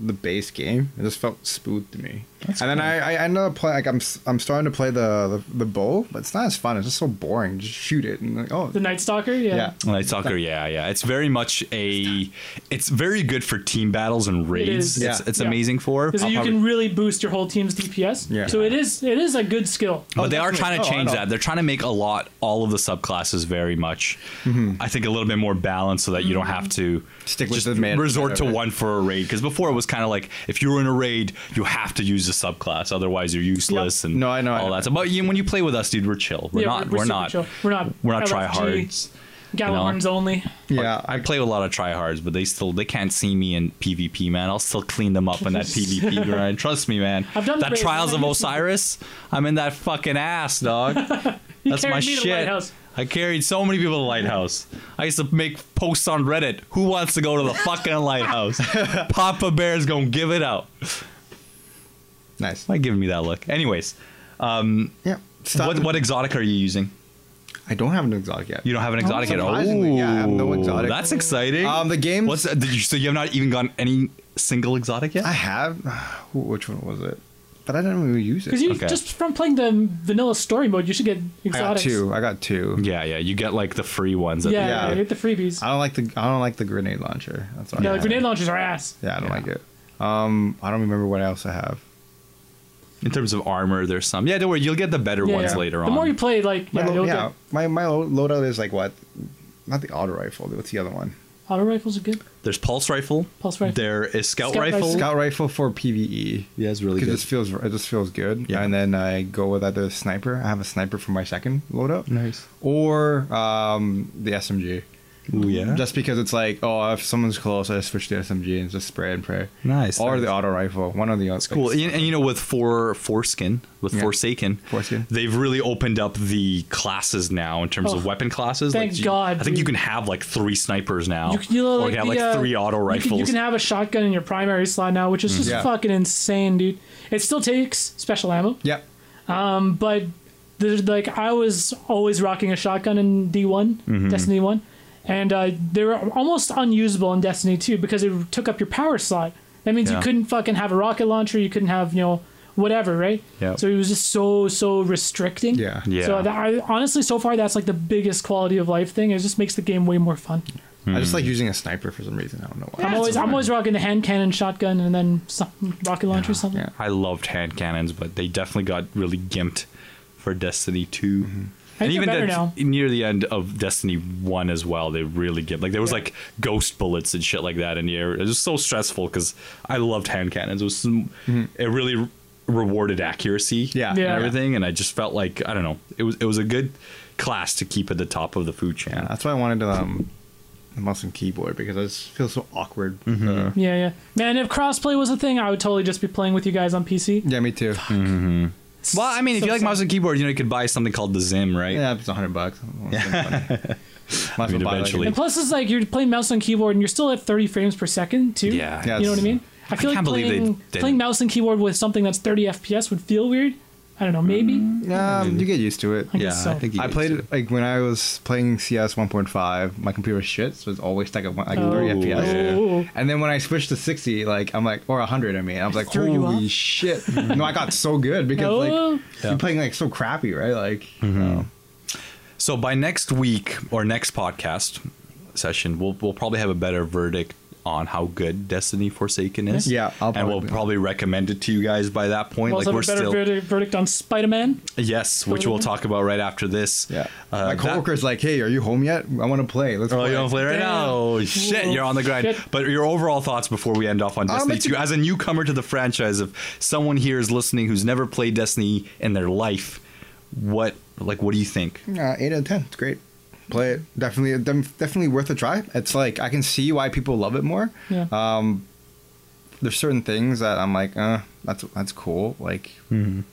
D: the base game. It just felt smooth to me. and then I, I ended up playing. Like I'm, s- I'm starting to play the, the the bow, but it's not as fun. It's just so boring. Just shoot it and like, oh,
B: The Night Stalker? Yeah.
D: yeah.
A: Night Stalker, yeah, yeah. It's very much a. It's very good for team battles and raids.
B: is.
A: It's,
D: Yeah.
A: it's
B: Yeah.
A: amazing for.
B: Because
A: I'll
B: you
A: probably-
B: can really boost your whole team's DPS.
D: Yeah.
B: So it is it is a good skill.
A: but they are trying
D: definitely.
A: to
D: Oh, I
A: change
D: know.
A: that. They're trying to make a lot, all of the subclasses very much. I think a little bit more balanced, so that you don't have to
D: Mm-hmm. Stick with
A: just
D: the main-
A: resort to
D: whatever.
A: one for a raid. Because before it was kind of like if you were in a raid, you have to use the subclass, otherwise you're useless and
D: No, I know, I
A: all
D: know.
A: that. stuff. But you, when you play with us, dude, we're chill. We're
B: Yeah,
A: not. We're,
B: super
A: not.
B: chill. We're not.
A: We're not
B: LFG,
A: tryhards.
B: Gallahorns only.
D: Yeah.
A: I play with a lot of tryhards, but they still they can't see me in PvP, man. I'll still clean them up in
B: (laughs)
A: that PvP grind. Trust me, man.
B: I've done
A: that
B: raids,
A: Trials
B: man.
A: of Osiris. I'm in that fucking ass,
B: (laughs)
A: dog. That's
B: carried
A: my
B: me to the
A: shit.
B: lighthouse.
A: I carried so many people to the lighthouse. I used to make posts on Reddit. Who wants to go to the fucking
B: (laughs)
A: lighthouse? Papa Bear's gonna give it out.
D: nice.
A: Why giving me that look? Anyways,
D: yeah. Stop.
A: what what exotic are you using?
D: I don't have an exotic yet.
A: You don't have an exotic yet.
D: surprisingly, yeah, I have no exotic.
A: That's exciting.
D: Um, the games-
A: What's that? Did you, so you have not even gotten any single exotic yet?
D: I have. (sighs) wh- Which one was it? But I didn't really use it.
B: Because you
A: Okay.
B: just from playing the vanilla story mode, you should get
D: I got
B: exotics.
D: two. I got two.
A: Yeah, yeah. You get like the free ones. At
B: Yeah,
A: the
B: yeah.
A: end.
B: get the freebies.
D: I don't like the. I don't like the grenade launcher. That's all.
B: yeah,
D: I
B: the
D: have.
B: grenade launchers are ass.
D: Yeah, I don't like it. Um, I don't remember what else I have.
A: In terms of armor, there's some. Yeah, don't worry. You'll get the better
B: Yeah,
A: ones
B: yeah.
A: later
B: the
A: on.
B: more you play, like
D: My
B: yeah,
D: lo-
B: you'll
D: yeah,
B: get
D: my my lo- loadout is like what? Not the auto rifle. What's the other one?
B: auto rifles are good.
A: there's pulse rifle.
B: Pulse rifle.
A: There is scout,
B: Scout
A: rifle.
B: rifle.
D: Scout rifle for PVE.
A: Yeah, it's really
D: Because
A: good.
D: it just feels it just feels good.
A: Yeah.
D: And then I go with either the sniper. I have a sniper for my second loadout.
A: Nice.
D: Or um, the SMG.
A: Ooh, yeah.
D: Just because it's like, oh, if someone's close, I switch to SMG and just spray and pray.
A: Nice,
D: Or
A: nice.
D: the auto rifle. One or the other.
A: It's cool. And, and you know, with for foreskin, with
D: Yeah.
A: forsaken,
D: Foreskin.
A: they've really opened up the classes now in terms of
B: Oh,
A: weapon classes.
B: thank
A: like, you-
B: God,
A: I think you
B: dude.
A: can have like three snipers now,
B: You can, you know,
A: or
B: like,
A: you have
B: the,
A: like
B: uh,
A: three auto
B: you can-
A: rifles. Mm-hmm.
B: You can, have a shotgun in your primary slot now, which is just
D: Yeah.
B: fucking insane, dude. It still takes special ammo,
D: Yep.
B: but there's like I was always rocking a shotgun in D1,
A: Mm-hmm.
B: Destiny 1, and uh, they were almost unusable in Destiny 2 because it took up your power slot. That means
A: Yeah.
B: you couldn't fucking have a rocket launcher, you couldn't have, you know, whatever, right?
A: Yep.
B: So it was just so so restricting.
D: Yeah.
A: Yeah.
B: So that, I, honestly, so far that's like the biggest quality of life thing. It just makes the game way more fun.
D: I just
A: Hmm.
D: like using a sniper for some reason. I don't know why.
B: I'm always I'm always rocking the hand cannon, shotgun, and then some rocket launcher or something.
D: yeah.
A: I loved hand cannons, but they definitely got really gimped for Destiny 2
B: I think
A: And even
B: they're better
A: that-
B: now.
A: near the end of Destiny One as well, they really get like there was like ghost bullets and shit like that in the air. It was so stressful because I loved hand cannons. It was some, it really re- rewarded accuracy,
D: Yeah.
A: and
B: Yeah.
A: everything. And I just felt like I don't know, it was it was a good class to keep at the top of the food chain.
D: Yeah, that's why I wanted um, the mouse and keyboard because I just feel so awkward.
A: Mm-hmm.
D: Uh,
B: Yeah, yeah. Man, if crossplay was a thing, I would totally just be playing with you guys on PC.
D: yeah, me too.
A: well, I mean, if
B: So
A: you like
B: sad.
A: mouse and keyboard, you know you could buy something called the Zim, right?
D: (laughs) Yeah, it's a hundred bucks. I don't know, it's so
A: mean,
D: funny. Might as well buy, like,
A: eventually.
B: And plus, it's like you're playing mouse and keyboard, and you're still at 30 frames per second too.
A: Yeah. Yeah,
B: you know what I
D: it's-
B: mean. I feel like
A: can't believe they
B: playing,
A: didn't.
B: playing mouse and keyboard with something that's 30 FPS would feel weird. I don't know, maybe.
A: Mm-hmm.
D: Um, you get used to it.
B: I guess
A: Yeah,
B: so.
A: I think you
D: I
A: guys
D: played
A: do.
D: it like when I was playing CS 1.5. My computer was shit, so it's always stuck at one, like
B: Oh.
D: 30
B: Oh.
D: FPS. And then when I switched to 60, like I'm like or 100, I mean, I was like,
B: Threw you
D: holy
B: off?
D: shit! no, I got so good because
B: Oh.
D: like you're playing like so crappy, right? Like uh,
A: So by next week or next podcast session, we'll we'll probably have a better verdict on how good Destiny Forsaken is.
D: Yeah, I'll
A: and we'll
D: probably-
A: probably recommend it to you guys by that point.
B: We'll
A: like
B: also
A: we're
B: have a better
A: still
B: verdict, verdict on Spider-Man.
A: yes, which we'll talk about right after this.
D: yeah.
A: uh,
D: My
A: that-
D: coworker's like, hey, are you home yet? I want to play. Let's
A: Oh,
D: play.
A: you don't play right
B: Damn.
A: now. Oh, shit,
B: Whoa,
A: you're on the grind.
B: shit.
A: But your overall thoughts before we end off on Destiny
D: it's a-
A: 2 as a newcomer to the franchise, if someone here is listening who's never played Destiny in their life, what like what do you think?
D: Uh, eight out of ten. It's great. Play it. Definitely, def- definitely worth a try. It's like I can see why people love it more.
B: Yeah.
A: Uh,
D: Um, there's certain things that I'm like, uh, that's that's cool. Like,
A: When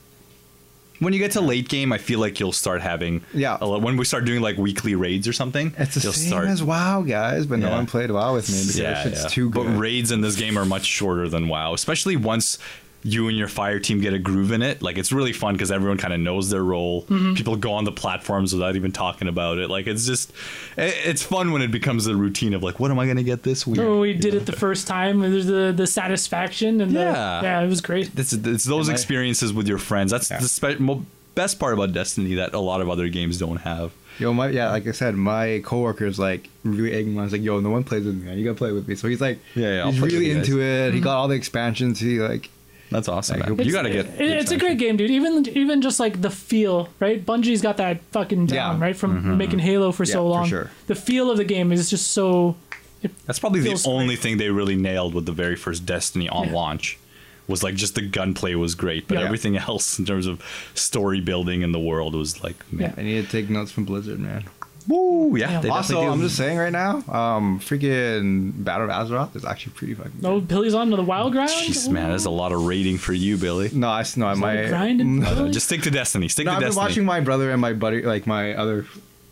A: you get to late game, I feel like you'll start having
D: Yeah.
A: A lot, when we start doing like weekly raids or something,
D: it's the
A: you'll
D: same as WoW, guys. But
A: Yeah.
D: no one played WoW with me
A: (laughs)
D: because
A: yeah,
D: it's
A: yeah.
D: too good.
A: But raids in this game are much shorter than WoW, especially once you and your fire team get a groove in it. Like it's really fun because everyone kind of knows their role.
B: Mm-hmm.
A: People go on the platforms without even talking about it. Like it's just, it, it's fun when it becomes the routine of like, what am I gonna get this week?
B: Oh, we did it the first time. and There's the the satisfaction and
A: Yeah.
B: the, yeah, it was great.
A: It's, it's those
D: Am I-
A: experiences with your friends. That's the spe- mo- best part about Destiny that a lot of other games don't have.
D: Yo, my yeah, like I said, my coworker's like really egging me on. He's like, yo, no one plays with me. Man. You gotta play with me. So he's like,
A: Yeah, yeah, I'll
D: he's
A: play with
D: really
A: you guys.
D: into it. He got all the expansions. He like,
A: That's awesome.
D: Like,
A: man.
D: it's-
A: you gotta get.
B: It- it's a great game, dude. Even even just like the feel, right? Bungie's got that fucking down,
D: Yeah.
B: right? From
A: Mm-hmm.
B: making Halo for
D: Yeah,
B: so
D: for
B: long.
D: sure.
B: The feel of the game is just so. It,
A: That's probably the
B: feels
A: only thing they really nailed with the very first Destiny on
B: Yeah.
A: launch was like just the gunplay was great, but
B: Yeah.
A: everything (laughs) else in terms of story building in the world was like, man,
D: I need to take notes from Blizzard, man.
A: woo, yeah.
B: Yeah.
A: They
D: Also,
A: definitely do.
D: I'm just saying right now, um, freaking Battle of Azeroth is actually pretty fucking.
B: oh, Billy's on to the wild ground.
A: Jeez, man, there's a lot of rating for you, Billy.
D: No, I no,
A: (laughs)
D: my
B: grinding.
D: No,
A: No,
B: Really?
A: just stick to Destiny. Stick
D: no,
A: to
D: I've been
A: Destiny.
D: watching my brother and my buddy, like my other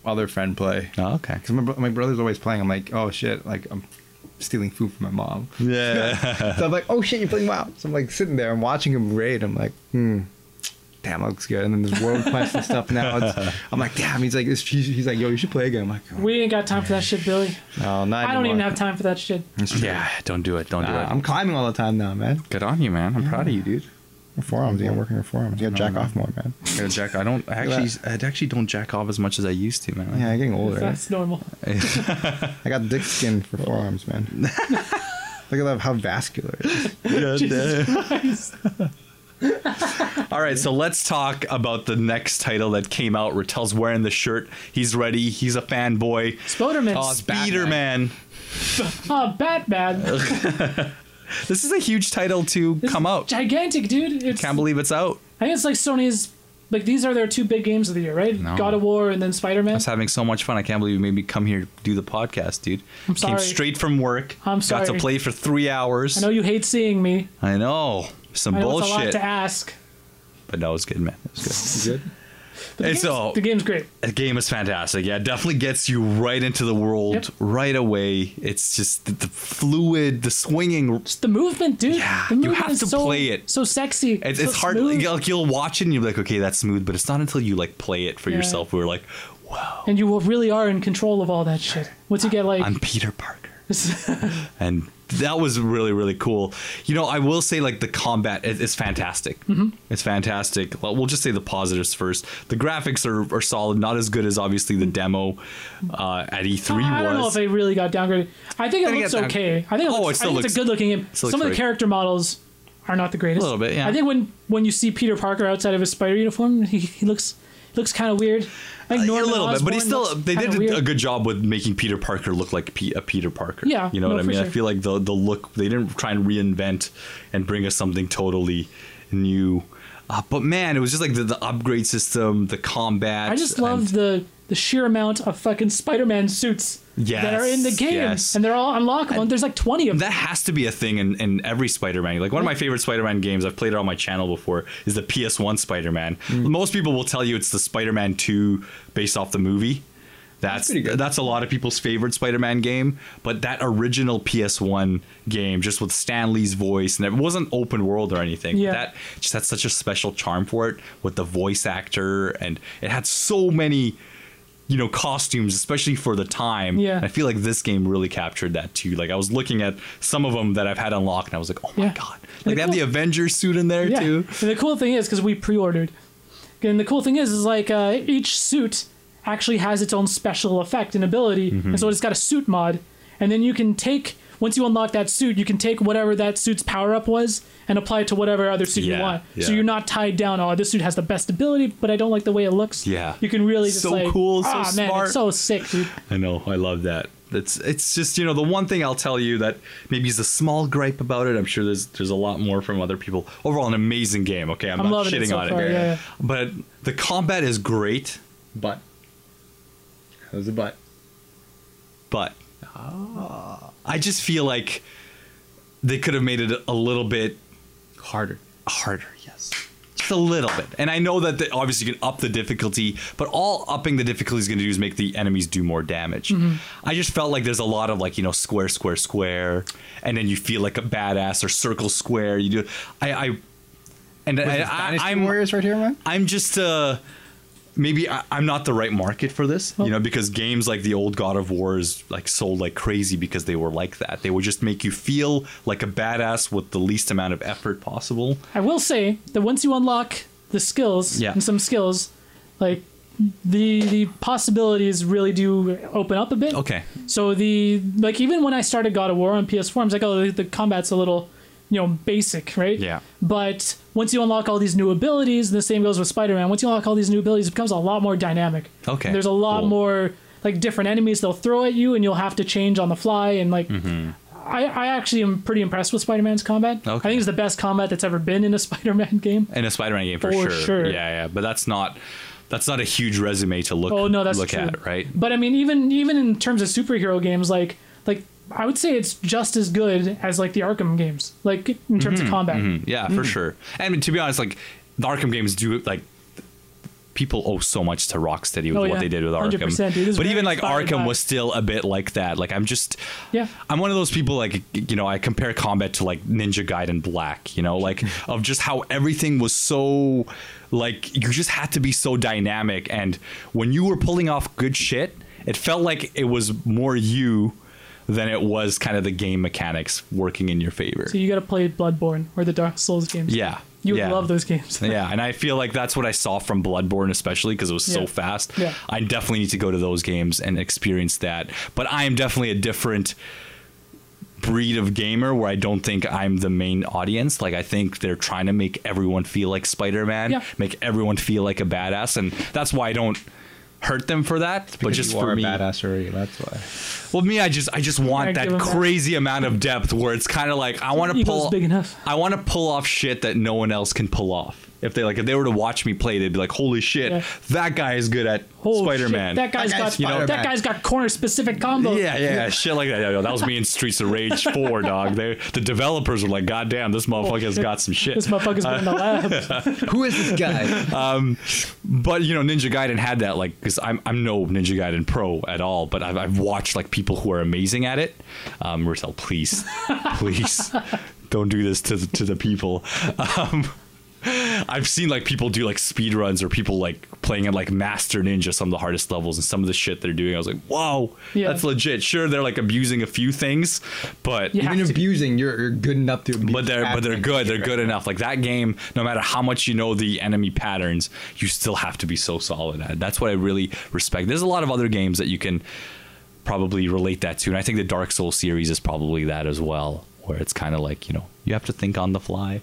D: other friend play.
A: Oh, okay.
D: Because my, bro- my brother's always playing. I'm like, oh shit, like I'm stealing food from
A: (laughs)
D: my mom.
A: Yeah.
D: so I'm like, oh shit, you're playing WoW. So I'm like sitting there, I'm watching him raid. I'm like, hmm, damn, that looks good. And then
A: (laughs)
D: there's world quests and stuff. Now it's, I'm like, damn. He's like, it's, he's he's like, yo, you should play again. I'm like, oh,
B: We ain't got time for that shit, Billy.
D: no, not
B: I don't even have time for that shit.
A: yeah, don't do it. Don't do it.
D: I'm climbing all the time now, man.
A: good on you, man. I'm proud of you, dude.
D: Forearms, you gotta work on your forearms. You gotta jack off more, man.
A: Yeah, Jack, I don't I actually, I actually don't jack off as much as I used to, man.
D: Yeah, I'm getting older.
B: That's normal.
D: I got dick skin for forearms, (laughs) man. Look at that, how vascular it is.
B: Jesus Christ.
A: (laughs) All right, so let's talk about the next title that came out. Rattel's wearing the shirt. He's ready. He's a fanboy.
B: Spider-Man.
A: Uh,
D: Batman.
A: Spider-Man.
B: Oh, Batman.
A: This is a huge title to come out.
B: Gigantic, dude. It's,
A: Can't believe it's out.
B: I think it's like Sony's. Like these are their two big games of the year, right?
A: No.
B: God of War and then
A: I
B: Spider-Man.
A: was having so much fun. I can't believe you made me come here to do the podcast, dude. Came
B: I'm sorry.
A: straight from work.
B: I'm
A: Got to
B: sorry.
A: play for three hours.
B: I know you hate seeing me.
A: I know. Some
B: I know it's a lot
A: bullshit.
B: to ask.
A: But that was good, man. That was
D: You good?
B: But the,
A: It's
B: game's,
A: all-
B: the game's great.
A: good. the game is fantastic. Yeah, it definitely gets you right into the world
B: Yep.
A: right away. It's just the, the fluid, the swinging
B: Just the movement, dude.
A: Yeah,
B: the
A: you
B: movement
A: have
B: is
A: to
B: so,
A: play it.
B: So sexy.
A: It's,
B: so
A: it's hard.
B: smooth.
A: Like you'll watch it and you're like, okay, that's smooth, but it's not until you like play it for
B: Yeah.
A: yourself where you're like, wow,
B: And you really are in control of all that shit. Once you get like, (laughs)
A: I'm Peter Parker, and that was really really cool. You know, I will say like the combat is, is fantastic.
B: Mm-hmm.
A: It's fantastic. Well, we'll just say the positives first. The graphics are, are solid, not as good as obviously the demo uh, at E3 was.
B: Mm-hmm. Oh, I don't know if they really got downgraded. I think it
A: They
B: looks
A: got down-
B: okay. I think, it
A: Oh,
B: looks,
A: it still
B: I think it's
A: looks-
B: a good looking game.
A: still
B: Some
A: looks
B: of the
A: great.
B: character models are not the greatest.
A: A little bit, yeah.
B: I think when when you see Peter Parker outside of his spider uniform, he, he looks looks kind of weird. I think
A: Uh,
B: Norman
A: a little bit, but he
B: Osborn
A: still
B: looks
A: they
B: kinda
A: did
B: weird.
A: a good job with making Peter Parker look like P- a Peter Parker.
B: Yeah,
A: you know
B: no,
A: what I
B: for
A: mean. I
B: sure.
A: feel like the the look they didn't try and reinvent and bring us something totally new. Uh, but man, it was just like the, the upgrade system, the combat.
B: I just
A: and-
B: love the the sheer amount of fucking Spider-Man suits that are in the
A: Yes,
B: game,
A: yes.
B: and they're all unlockable. And there's like 20 of them.
A: that has to be a thing in, in every Spider-Man. Like one of my favorite Spider-Man games, I've played it on my channel before, is the
D: Mm.
A: PS1 Spider-Man. Most people will tell you it's the Spider-Man 2 based off the movie. That's
D: pretty good.
A: that's a lot of people's favorite Spider-Man game, but that original PS1 game, just with Stan Lee's voice, and it wasn't open world or anything. but
B: Yeah.
A: That just had such a special charm for it with the voice actor, and it had so many, you know, costumes, especially for the time.
B: Yeah.
A: I feel like this game really captured that too. Like I was looking at some of them that I've had unlocked, and I was like, oh my
B: Yeah.
A: god!
B: They're
A: Like they have the
B: cool.
A: Avengers suit in there
B: Yeah.
A: too.
B: And the cool thing is because we pre-ordered, and the cool thing is is like uh, each suit actually has its own special effect and ability,
A: Mm-hmm.
B: and so it's got a suit mod, and then you can take once you unlock that suit, you can take whatever that suit's power up was and apply it to whatever other suit
A: Yeah,
B: you want. So
A: yeah.
B: you're not tied down. Oh, this suit has the best ability, but I don't like the way it looks.
A: Yeah.
B: you can really just
A: So
B: like,
A: cool, so
B: ah, man,
A: smart."
B: it's so sick, dude.
A: I know. I love that. That's it's just you know the one thing I'll tell you that maybe is a small gripe about it. I'm sure there's there's a lot more from other people. Overall, an amazing game. Okay, I'm,
B: I'm
A: not
B: loving
A: shitting
B: it so
A: on
B: far.
A: it,
B: Yeah, yeah.
A: but the combat is great.
D: But there's a butt.
A: But uh, I just feel like they could have made it a little bit
D: Harder.
A: harder. Yes. Just a little bit. And I know that the, obviously you can up the difficulty, but all upping the difficulty is going to do is make the enemies do more damage.
D: Mm-hmm.
A: I just felt like there's a lot of like, you know, square, square, square, and then you feel like a badass or circle square. You do I I and
D: Was
A: I,
D: it
A: I,
D: Dynasty
A: I'm
D: Warriors right here, man.
A: I'm just uh maybe I, I'm not the right market for this, you know, because games like the old God of War is like sold like crazy because they were like that. They would just make you feel like a badass with the least amount of effort possible.
B: I will say that once you unlock the skills
A: Yeah.
B: and some skills, like the the possibilities really do open up a bit.
A: Okay.
B: So the like even when I started God of War on PS4, I was like, oh, the, the combat's a little, you know, basic, right?
A: Yeah.
B: But once you unlock all these new abilities, and the same goes with Spider-Man. Once you unlock all these new abilities, it becomes a lot more dynamic.
A: Okay,
B: There's a lot
A: cool.
B: more like different enemies they'll throw at you, and you'll have to change on the fly. And like, I, I actually am pretty impressed with Spider-Man's combat. I
A: Mm-hmm. Okay.
B: think it's the best combat that's ever been in a (laughs) Spider-Man game.
A: in a Spider-Man game for,
B: For
A: sure.
B: sure.
A: Yeah, yeah, but that's not that's not a huge resume to look
B: Oh no, that's
A: look
B: true.
A: at, right?
B: But I mean, even even in terms of superhero games, like like I would say it's just as good as like the Arkham games, like in terms
A: Mm-hmm,
B: of combat.
A: Yeah,
B: Mm.
A: for sure. And I mean, to be honest, like the Arkham games do like people owe so much to Rocksteady with
B: Oh,
A: what
B: yeah.
A: they did with
B: 100%, dude. It
A: Arkham.
B: was
A: But
B: very
A: even like
B: inspired
A: Arkham
B: by-
A: was still a bit like that. Like I'm just
B: Yeah.
A: I'm one of those people like you know, I compare combat to like Ninja Gaiden Black, you know, like
B: (laughs)
A: of just how everything was so like you just had to be so dynamic and when you were pulling off good shit, it felt like it was more you than it was kind of the game mechanics working in your favor.
B: So you got to play Bloodborne or the Dark Souls games.
A: Yeah.
B: you would
A: yeah.
B: love those games.
A: (laughs)
B: (laughs)
A: yeah, and I feel like that's what I saw from Bloodborne, especially because it was so
B: Yeah.
A: fast.
B: Yeah.
A: I definitely need to go to those games and experience that. But I am definitely a different breed of gamer where I don't think I'm the main audience. Like I think they're trying to make everyone feel like Spider-Man,
B: Yeah.
A: make everyone feel like a badass, and that's why I don't hurt them for that. but just
D: you
A: for
D: are
A: me,
D: a badass already. That's why.
A: well, me, I just I just want
B: I give
A: that
B: him that.
A: crazy amount of depth where it's kind of like I want to
B: Ego's
A: pull
B: big enough.
A: I want to pull off shit that no one else can pull off. If they like if they were to watch me play, they'd be like, "Holy shit,
B: Yeah.
A: that guy is good at
B: Oh,
A: Spider-Man."
B: shit, That guy's
D: That
B: got
D: guy's
A: You know-
B: that
D: Spider-Man.
B: guy's got corner specific combos.
A: yeah, yeah, yeah, shit like that. Yeah, yeah, that was me in Streets of Rage 4, dog. They, the developers were like, "God damn, this motherfucker has
B: shit.
A: got some shit."
B: This motherfucker's been
A: (laughs)
B: in the lab.
D: (laughs) Who is this (laughs) guy?
A: Um, but you know ninja gaiden had that like because I'm, I'm no ninja gaiden pro at all but I've, I've watched like people who are amazing at it um Rizal, please
B: (laughs)
A: please don't do this to, the- to the people um I've seen like people do like speed runs or people like playing at like Master Ninja some of the hardest levels and some of the shit they're doing. I was like, whoa,
B: Yeah.
A: that's legit. Sure, they're like abusing a few things, but
B: Yeah.
D: Even abusing, you're, you're good enough to abuse.
A: but they're but they're good. They're good enough. Like that game, no matter how much you know the enemy patterns, you still have to be so solid at. it. That's what I really respect. There's a lot of other games that you can probably relate that to, and I think the Dark Souls series is probably that as well, where it's kind of like you know you have to think on the fly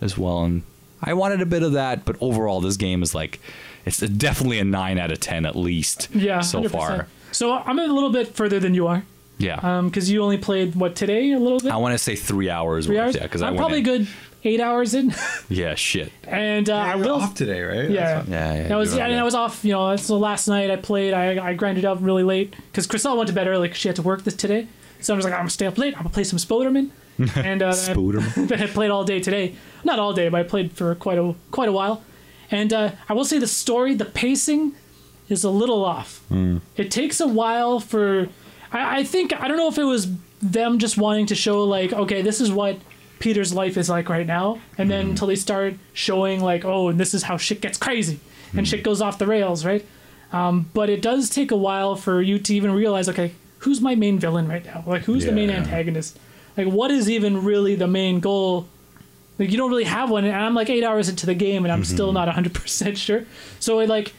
A: as well. And I wanted a bit of that, but overall, this game is like it's definitely a nine out of ten at least.
B: yeah,
A: so
B: 100%.
A: far.
B: So I'm a little bit further than you are,
A: Yeah.
B: because you only played what today a little bit.
A: I want to say three hours.
B: Three
A: worth,
B: hours.
A: Yeah, because I
B: I'm
A: went
B: probably
A: in-
B: good eight hours in, (laughs)
A: Yeah, shit.
B: and uh, I
D: I
B: will
D: off today, right?
B: Yeah.
D: That's fine.
A: Yeah, yeah.
B: That was
A: you're
B: yeah,
A: right,
B: and I was off. You know, so last night I played. I, I grinded out really late because Chriselle went to bed early because she had to work this today. So I was like, I'm gonna stay up late. I'm gonna play
A: (laughs)
B: some Spoderman. And uh, then I-
A: Spoderman?
B: then (laughs) I played all day today. Not all day, but I played for quite a quite a while. And uh, I will say the story, the pacing is a little off. It takes a while for. I, I think I don't know if it was them just wanting to show like, okay, this is what Peter's life is like right now, and then until they start showing like, oh, and this is how shit gets crazy and shit goes off the rails, right? Um, but it does take a while for you to even realize, okay, who's my main villain right now? Like, who's the main
A: Yeah.
B: antagonist? Like, what is even really the main goal? Like, you don't really have one, and I'm like eight hours into the game, and I'm still not 100 percent sure. So, it like,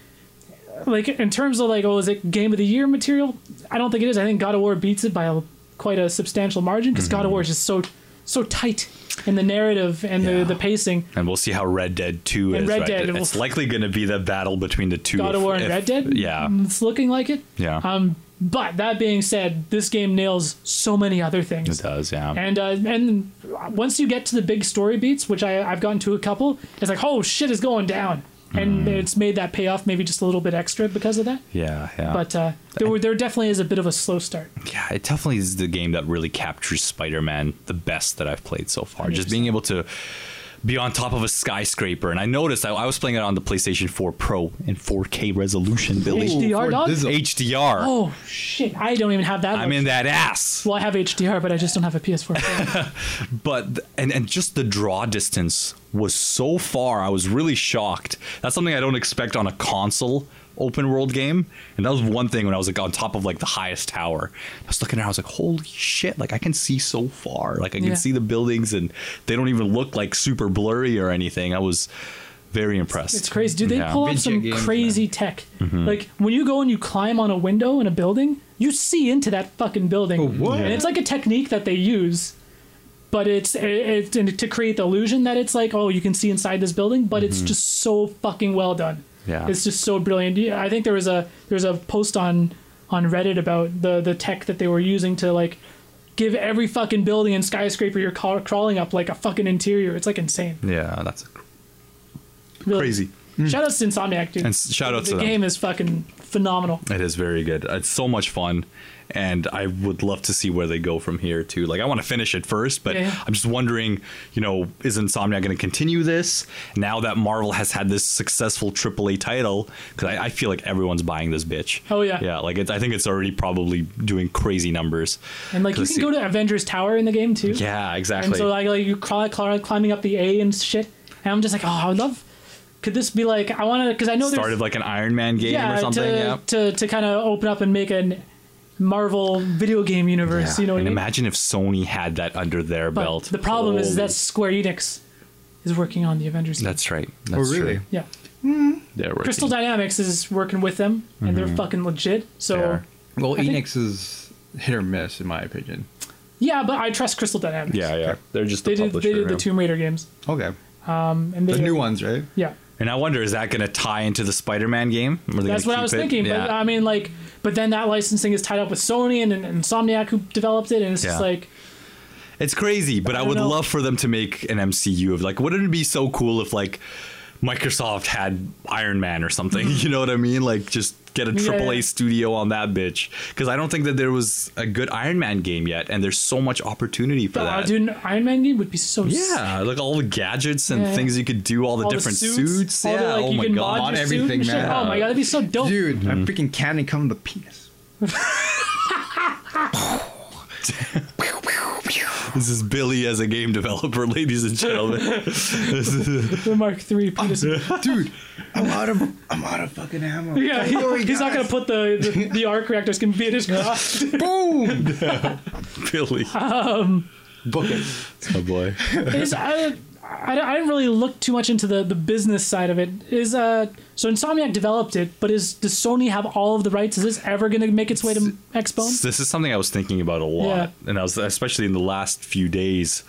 B: like in terms of like, oh, is it game of the year material? I don't think it is. I think God of War beats it by a, quite a substantial margin because
A: Mm-hmm.
B: God of War is just so so tight in the narrative and
A: Yeah.
B: the the pacing.
A: And we'll see how Red Dead 2
B: And
A: is.
B: Red
A: right?
B: Dead
A: it's
B: will-
A: likely going to be the battle between the two.
B: God
A: if-
B: of War and
A: if-
B: Red Dead.
A: Yeah.
B: it's looking like it.
A: Yeah.
B: Um, but that being said, this game nails so many other
A: it
B: things.
A: does, yeah.
B: And uh, and once you get to the big story beats, which I I've gotten to a couple, it's like oh shit is going down,
A: Mm.
B: and it's made that payoff maybe just a little bit extra because of that.
A: yeah, yeah.
B: But uh, there were, there definitely is a bit of a slow start.
A: yeah, it definitely is the game that really captures Spider-Man the best that I've played so far. Just being able to be on top of a skyscraper, and I noticed I, I was playing it on the PlayStation 4 Pro in 4K resolution, Billy.
B: HDR
D: for
B: dog.
D: Dizzle.
A: HDR.
B: Oh shit! I don't even have that.
A: I'm
B: much.
A: in that ass.
B: Well, I have HDR, but I just don't have a PS4.
A: but th- and and just the draw distance was so far. I was really shocked. That's something I don't expect on a console open world game. And that was one thing when I was like on top of like the highest tower. I was looking at it, I was like, holy shit, like I can see so far. Like I can
B: Yeah.
A: see the buildings and they don't even look like super blurry or anything. I was very impressed.
B: It's crazy, dude. They
A: Yeah.
B: pull off
D: Video
B: some
D: games,
B: crazy tech. Like when you go and you climb on a window in a building, you see into that fucking building,
D: Oh, what?
B: and it's like a technique that they use. But it's it, it's and to create the illusion that it's like oh you can see inside this building, but it's just so fucking well done.
A: Yeah.
B: it's just so brilliant. Yeah, I think there was a there's a post on on Reddit about the the tech that they were using to like give every fucking building and skyscraper you're ca- crawling up like a fucking interior. It's like insane.
A: Yeah, that's cr-
B: Really.
A: crazy.
B: Shout outs to Insomniac, dude.
A: Mm. And s- shout out
B: the
A: to them.
B: game is fucking phenomenal.
A: It is very good. It's so much fun, and I would love to see where they go from here too. Like I want to finish it first, but
B: Yeah, yeah.
A: I'm just wondering, you know, is Insomniac going to continue this now that Marvel has had this successful AAA title? Because I, I feel like everyone's buying this bitch.
B: Oh, yeah.
A: yeah. Like it's, I think it's already probably doing crazy numbers.
B: And like you
A: Let's
B: can
A: see.
B: go to Avengers Tower in the game too.
A: Yeah, exactly.
B: And so like, like you crawl, crawl, climbing up the A and shit. And I'm just like, oh, I would love. Could this be like I want to? Because I know
A: Started
B: there's
A: like an Iron Man game
B: yeah
A: or something.
B: to,
A: yeah.
B: to to kind of open up and make a Marvel video game universe. You know what I
A: and
B: mean?
A: imagine if Sony had that under their
B: But
A: belt.
B: the problem is
A: Holy-
B: that Square Enix is working on the Avengers. game.
A: that's right. That's
D: Oh, really?
A: True.
B: yeah.
A: They're working.
B: Crystal Dynamics is working with them, and they're fucking legit. So.
A: Mm-hmm. They are.
D: Well,
B: I think-
D: Enix is hit or miss, in my opinion.
B: Yeah, but I trust Crystal Dynamics.
A: Yeah, yeah. They're just the
B: They did,
A: publisher.
B: they did the
A: yeah.
B: Tomb Raider games.
D: Okay.
B: And they
D: The
B: did-
D: new ones, right?
B: Yeah.
A: And I wonder, is that going to tie into the Spider-Man game? Are they
B: That's
A: gonna
B: what I
A: keep
B: was
A: it?
B: thinking.
A: Yeah.
B: But uh, I mean, like, but then that licensing is tied up with Sony and, and Insomniac who developed it. And it's
A: Yeah.
B: just like,
A: it's crazy, but I,
B: don't
A: would
B: know.
A: love for them to make an MCU of like, wouldn't it be so cool if like Microsoft had Iron Man or something? (laughs) You know what I mean? Like, just get a
B: Yeah,
A: AAA
B: yeah.
A: studio on that bitch because I don't think that there was a good Iron Man game yet, and there's so much opportunity for
B: uh,
A: that.
B: dude, an Iron Man game would be so sick.
A: Yeah, like all the gadgets and
B: Yeah.
A: things you could do, all the
B: All
A: different
B: suits,
A: suits.
B: all
A: Yeah.
B: the, like,
A: oh
B: you
A: my
B: can
A: god.
B: mod
D: On
B: your suit
D: everything,
B: and shit.
D: man.
B: Oh my god, that'd be so dope.
D: Dude, Mm-hmm. a freaking cannon come with a
B: (laughs)
D: penis.
A: This is Billy as a game developer, (laughs) ladies and gentlemen.
B: The Mark Three penis.
D: Dude, I'm out of I'm out of fucking ammo.
B: yeah, he-
D: Oh,
B: he's not gonna
D: guys.
B: put the the, the arc reactors can be in his crotch.
D: boom.
A: (laughs) Billy.
D: Book it.
A: Oh boy.
B: is I, I, I didn't really look too much into the, the business side of it. Is uh so Insomniac developed it, but is does Sony have all of the rights? Is this ever going to make its way to Xbone?
A: This is something I was thinking about a lot,
B: Yeah.
A: and I was especially in the last few days.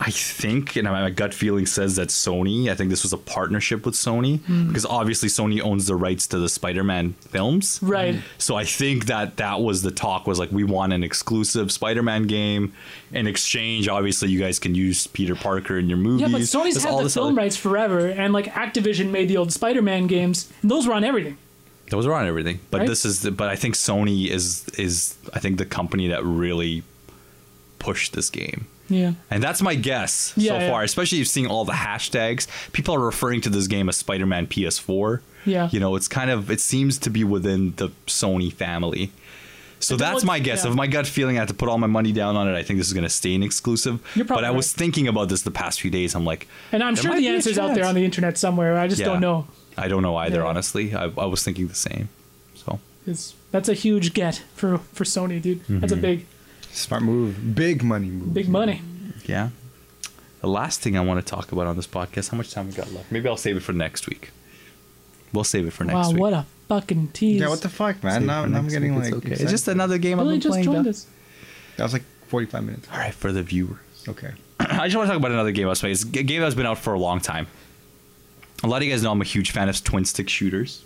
A: I think, and my my gut feeling says that Sony. I think this was a partnership with Sony
B: Hmm.
A: because obviously Sony owns the rights to the Spider-Man films,
B: Right.
A: So I think that that was the talk was like we want an exclusive Spider-Man game in exchange. Obviously, you guys can use Peter Parker in your movies.
B: Yeah, but Sony's
A: There's
B: had the
A: this
B: film
A: other-
B: rights forever, and like Activision made the old Spider-Man games, and those were on everything.
A: Those were on everything, but
B: Right?
A: this is. The, but I think Sony is is I think the company that really pushed this game.
B: Yeah.
A: And that's my guess
B: Yeah,
A: so
B: yeah.
A: far, especially seeing all the hashtags. People are referring to this game as Spider-Man PS4.
B: Yeah.
A: You know, it's kind of it seems to be within the Sony family. So that's
B: looks-
A: my guess.
B: yeah.
A: Of my gut feeling, I have to put all my money down on it. I think this is going to stay an exclusive.
B: You're probably
A: but I was
B: right.
A: thinking about this the past few days. I'm like,
B: And I'm
A: There
B: sure
A: might
B: the
A: be a
B: answer's out there
A: chance.
B: on the internet somewhere. I just
A: Yeah.
B: don't know.
A: I don't know either,
B: Yeah.
A: honestly. I, I was thinking the same. So
B: It's, that's a huge get for, for Sony, dude. That's a
A: Mm-hmm.
B: big,
D: Smart move. Big money move.
B: big money.
A: yeah. The last thing I want to talk about on this podcast. How much time we got left? Maybe I'll save it for next week. We'll save it for next
B: wow,
A: week.
B: what a fucking tease.
D: Yeah, what the fuck,
A: Save
D: man?
A: it
D: Now,
A: for
D: now I'm
A: next
D: getting
A: week. It's
D: like.
A: okay.
D: excited.
A: It's just another game
B: Billy
A: I've been
B: just
A: playing.
B: joined
A: though.
B: us.
D: That was like 45 minutes.
A: All right, for the viewers.
D: Okay.
A: (clears throat) I just want to talk about another game I was playing. It's a game that's been out for a long time. A lot of you guys know I'm a huge fan of twin stick shooters.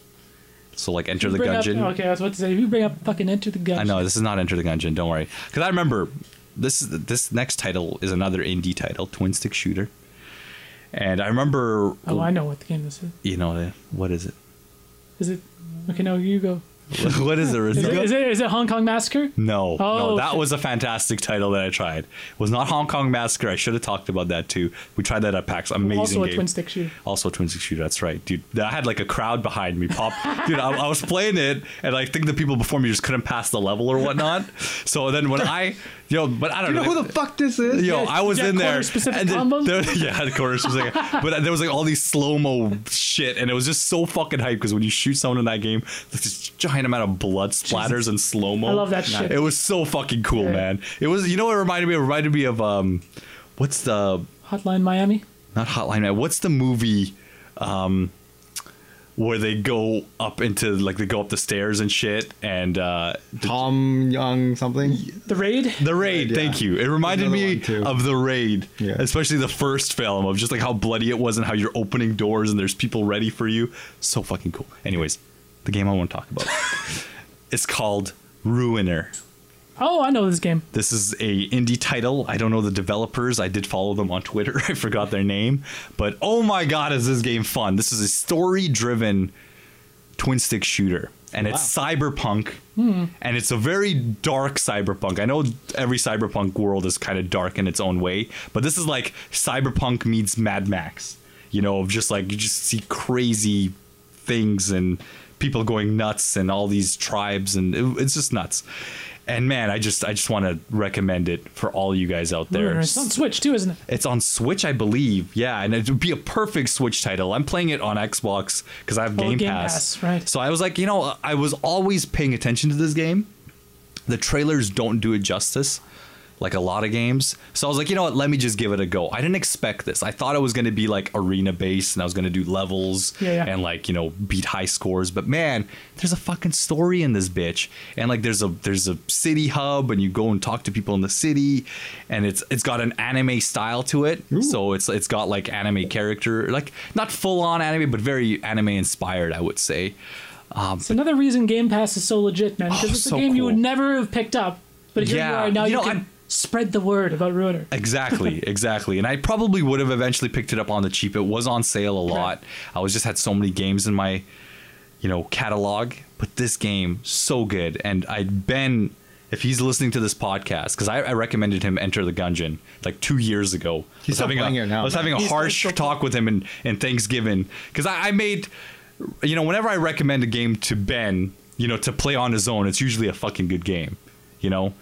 A: So like Enter the
B: Bring up-
A: Gungeon.
B: okay, I was about to say, if you bring up fucking Enter the Gungeon.
A: I know this is not Enter the Gungeon. Don't worry, because I remember this this next title is another indie title, twin stick shooter. And I remember,
B: Oh, I know what the game this is.
A: you know, the- what is it? (laughs)
B: Is it? Okay, no, you go.
A: what is it?
B: Is it, is it, is it Hong Kong Massacre?
A: No,
B: Oh,
A: no, that
B: okay.
A: was a fantastic title that I tried. It was not Hong Kong Massacre. I should have talked about that too. We tried that at PAX. Amazing
B: also a
A: game.
B: twin stick shooter.
A: Also a twin stick shooter. That's right, dude. I had like a crowd behind me. Pop, dude. I, I was playing it, and I think the people before me just couldn't pass the level or whatnot. So then when I, yo, but I don't
D: You know
A: know
D: who the fuck this is?
A: Yo,
B: Yeah,
A: I was
B: yeah,
A: in there.
B: quarter-specific
A: and then
B: combos?
A: there- (laughs) yeah, quarter
B: (laughs)
A: specific. but there was like all these slow mo shit, and it was just so fucking hype because when you shoot someone in that game, there's this giant amount of blood splatters and slow mo.
B: I love that shit.
A: It was so fucking cool,
B: Yeah.
A: man. It was. You know what it reminded me? It reminded me of um, what's the
B: Hotline Miami.
A: not Hotline Man? What's the movie? Um, where they go up into like they go up the stairs and shit, and uh,
D: Tom Young something.
B: The Raid.
A: The Raid,
D: yeah.
A: thank you. It reminded
D: Another
A: me
D: one, too.
A: of The Raid,
D: Yeah.
A: especially the first film of just like how bloody it was and how you're opening doors and there's people ready for you. So fucking cool. Anyways, the game I want to talk
D: (laughs)
A: about. it's called Ruiner.
B: Oh, I know this game.
A: This is a indie title. I don't know the developers. I did follow them on Twitter. (laughs) I forgot their name, but oh my god, is this game fun? This is a story-driven twin stick shooter, and it's cyberpunk, and it's a very dark cyberpunk. I know every cyberpunk world is kind of dark in its own way, but this is like cyberpunk meets Mad Max. You know, of just like you just see crazy things and people going nuts and all these tribes and it- it's just nuts. And man, I just I just want to recommend it for all you guys out there.
B: It's on Switch too, isn't it?
A: It's on Switch, I believe. Yeah, and it would be a perfect Switch title. I'm playing it on Xbox because I have Oh, Game,
B: Game
A: Pass.
B: Pass, right.
A: So I was like, you know, I was always paying attention to this game. The trailers don't do it justice, like a lot of games. So I was like, you know what? Let me just give it a go. I didn't expect this. I thought it was going to be like arena based, and I was going to do levels
B: Yeah, yeah.
A: and like you know beat high scores but man there's a fucking story in this bitch and like there's a there's a city hub and you go and talk to people in the city and it's it's got an anime style to it so it's it's got like anime character like not full on anime but very anime inspired i would say
B: It's another reason Game Pass is so legit, man. Because
A: Oh,
B: it's a
A: so
B: game you would
A: cool.
B: never have picked up, but here you
A: Yeah.
B: are now. You,
A: You know,
B: can
A: I'm-
B: spread the word about Ruiner.
D: (laughs)
A: Exactly, exactly. And I probably would have eventually picked it up on the cheap. It was on sale a lot. I was just had so many games in my, you know, catalog. But this game, so good. And I Ben, if he's listening to this podcast, because I, I recommended him enter the Gungeon like two years ago.
D: He's
A: I was having
D: still playing
A: a,
D: it now,
A: I was
D: man.
A: having a
B: He's still-
A: harsh
B: still playing-
A: talk with him in, in Thanksgiving because I, I made, you know, whenever I recommend a game to Ben, you know, to play on his own, it's usually a fucking good game, you know.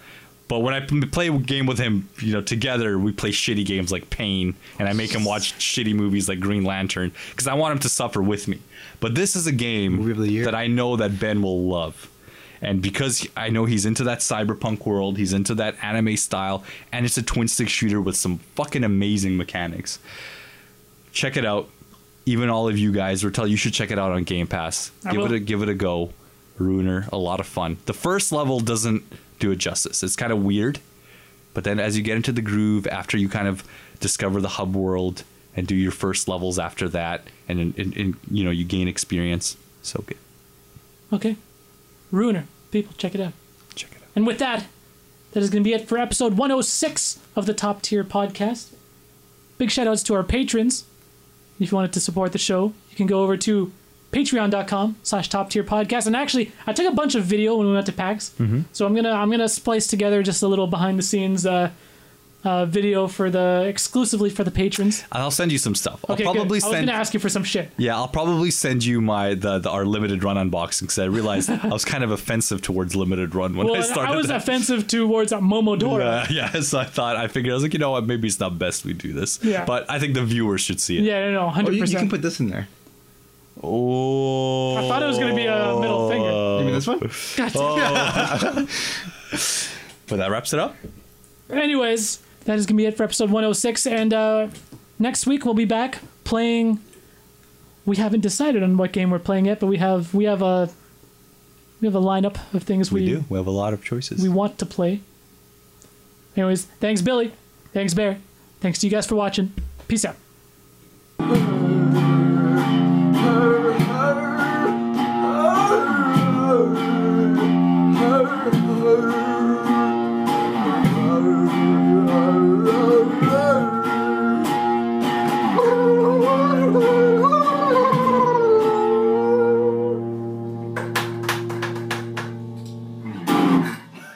A: But when I p- play a game with him, you know, together we play shitty games like Pain, and I make him watch shitty movies like Green Lantern because I want him to suffer with me. But this is a game
D: Movie of the year.
A: that I know that Ben will love. And because I know he's into that cyberpunk world, he's into that anime style, and it's a twin stick shooter with some fucking amazing mechanics. Check it out. Even all of you guys, Rattel, you should check it out on Game Pass.
B: I
A: give
B: will.
A: it a give it a go. Ruiner, a lot of fun. The first level doesn't do it justice. It's kind of weird. But then as you get into the groove, after you kind of discover the hub world and do your first levels after that, and, and, and, and you know, you gain experience. So good.
B: Okay, Ruiner. People, check it out.
A: Check it out.
B: And with that, that is going to be it for episode 106 of the Top Tier Podcast. Big shout outs to our patrons. If you wanted to support the show, you can go over to patreon.com slash top tier podcast. And actually, I took a bunch of video when we went to PAX. So I'm going to I'm gonna splice together just a little behind the scenes uh, uh, video for the exclusively for the patrons.
A: I'll send you some stuff.
B: Okay,
A: I'll probably
B: good. I was
A: send.
B: gonna ask you for some shit.
A: yeah, I'll probably send you my the, the our limited run unboxing because I realized I was kind
B: (laughs)
A: of offensive towards limited run when
B: Well,
A: I
B: and
A: started.
B: I was
A: that.
B: offensive towards Momodora.
A: Uh, yeah, (laughs) so I thought I figured I was like, you know what, maybe it's not best we do this.
B: Yeah.
A: But I think the viewers should see it.
B: Yeah, no, no,
D: Oh,
B: hundred
D: you, you can
B: percent.
D: put this in there.
A: Oh.
B: I thought it was gonna be a middle finger.
D: You mean this one?
A: But that wraps it up.
B: Anyways, that is gonna be it for episode 106, and uh, next week we'll be back playing. We haven't decided on what game we're playing yet, but we have we have a we have a lineup of things we
A: We do. We have a lot of choices.
B: we want to play. Anyways, thanks Billy, thanks Bear, thanks to you guys for watching. Peace out.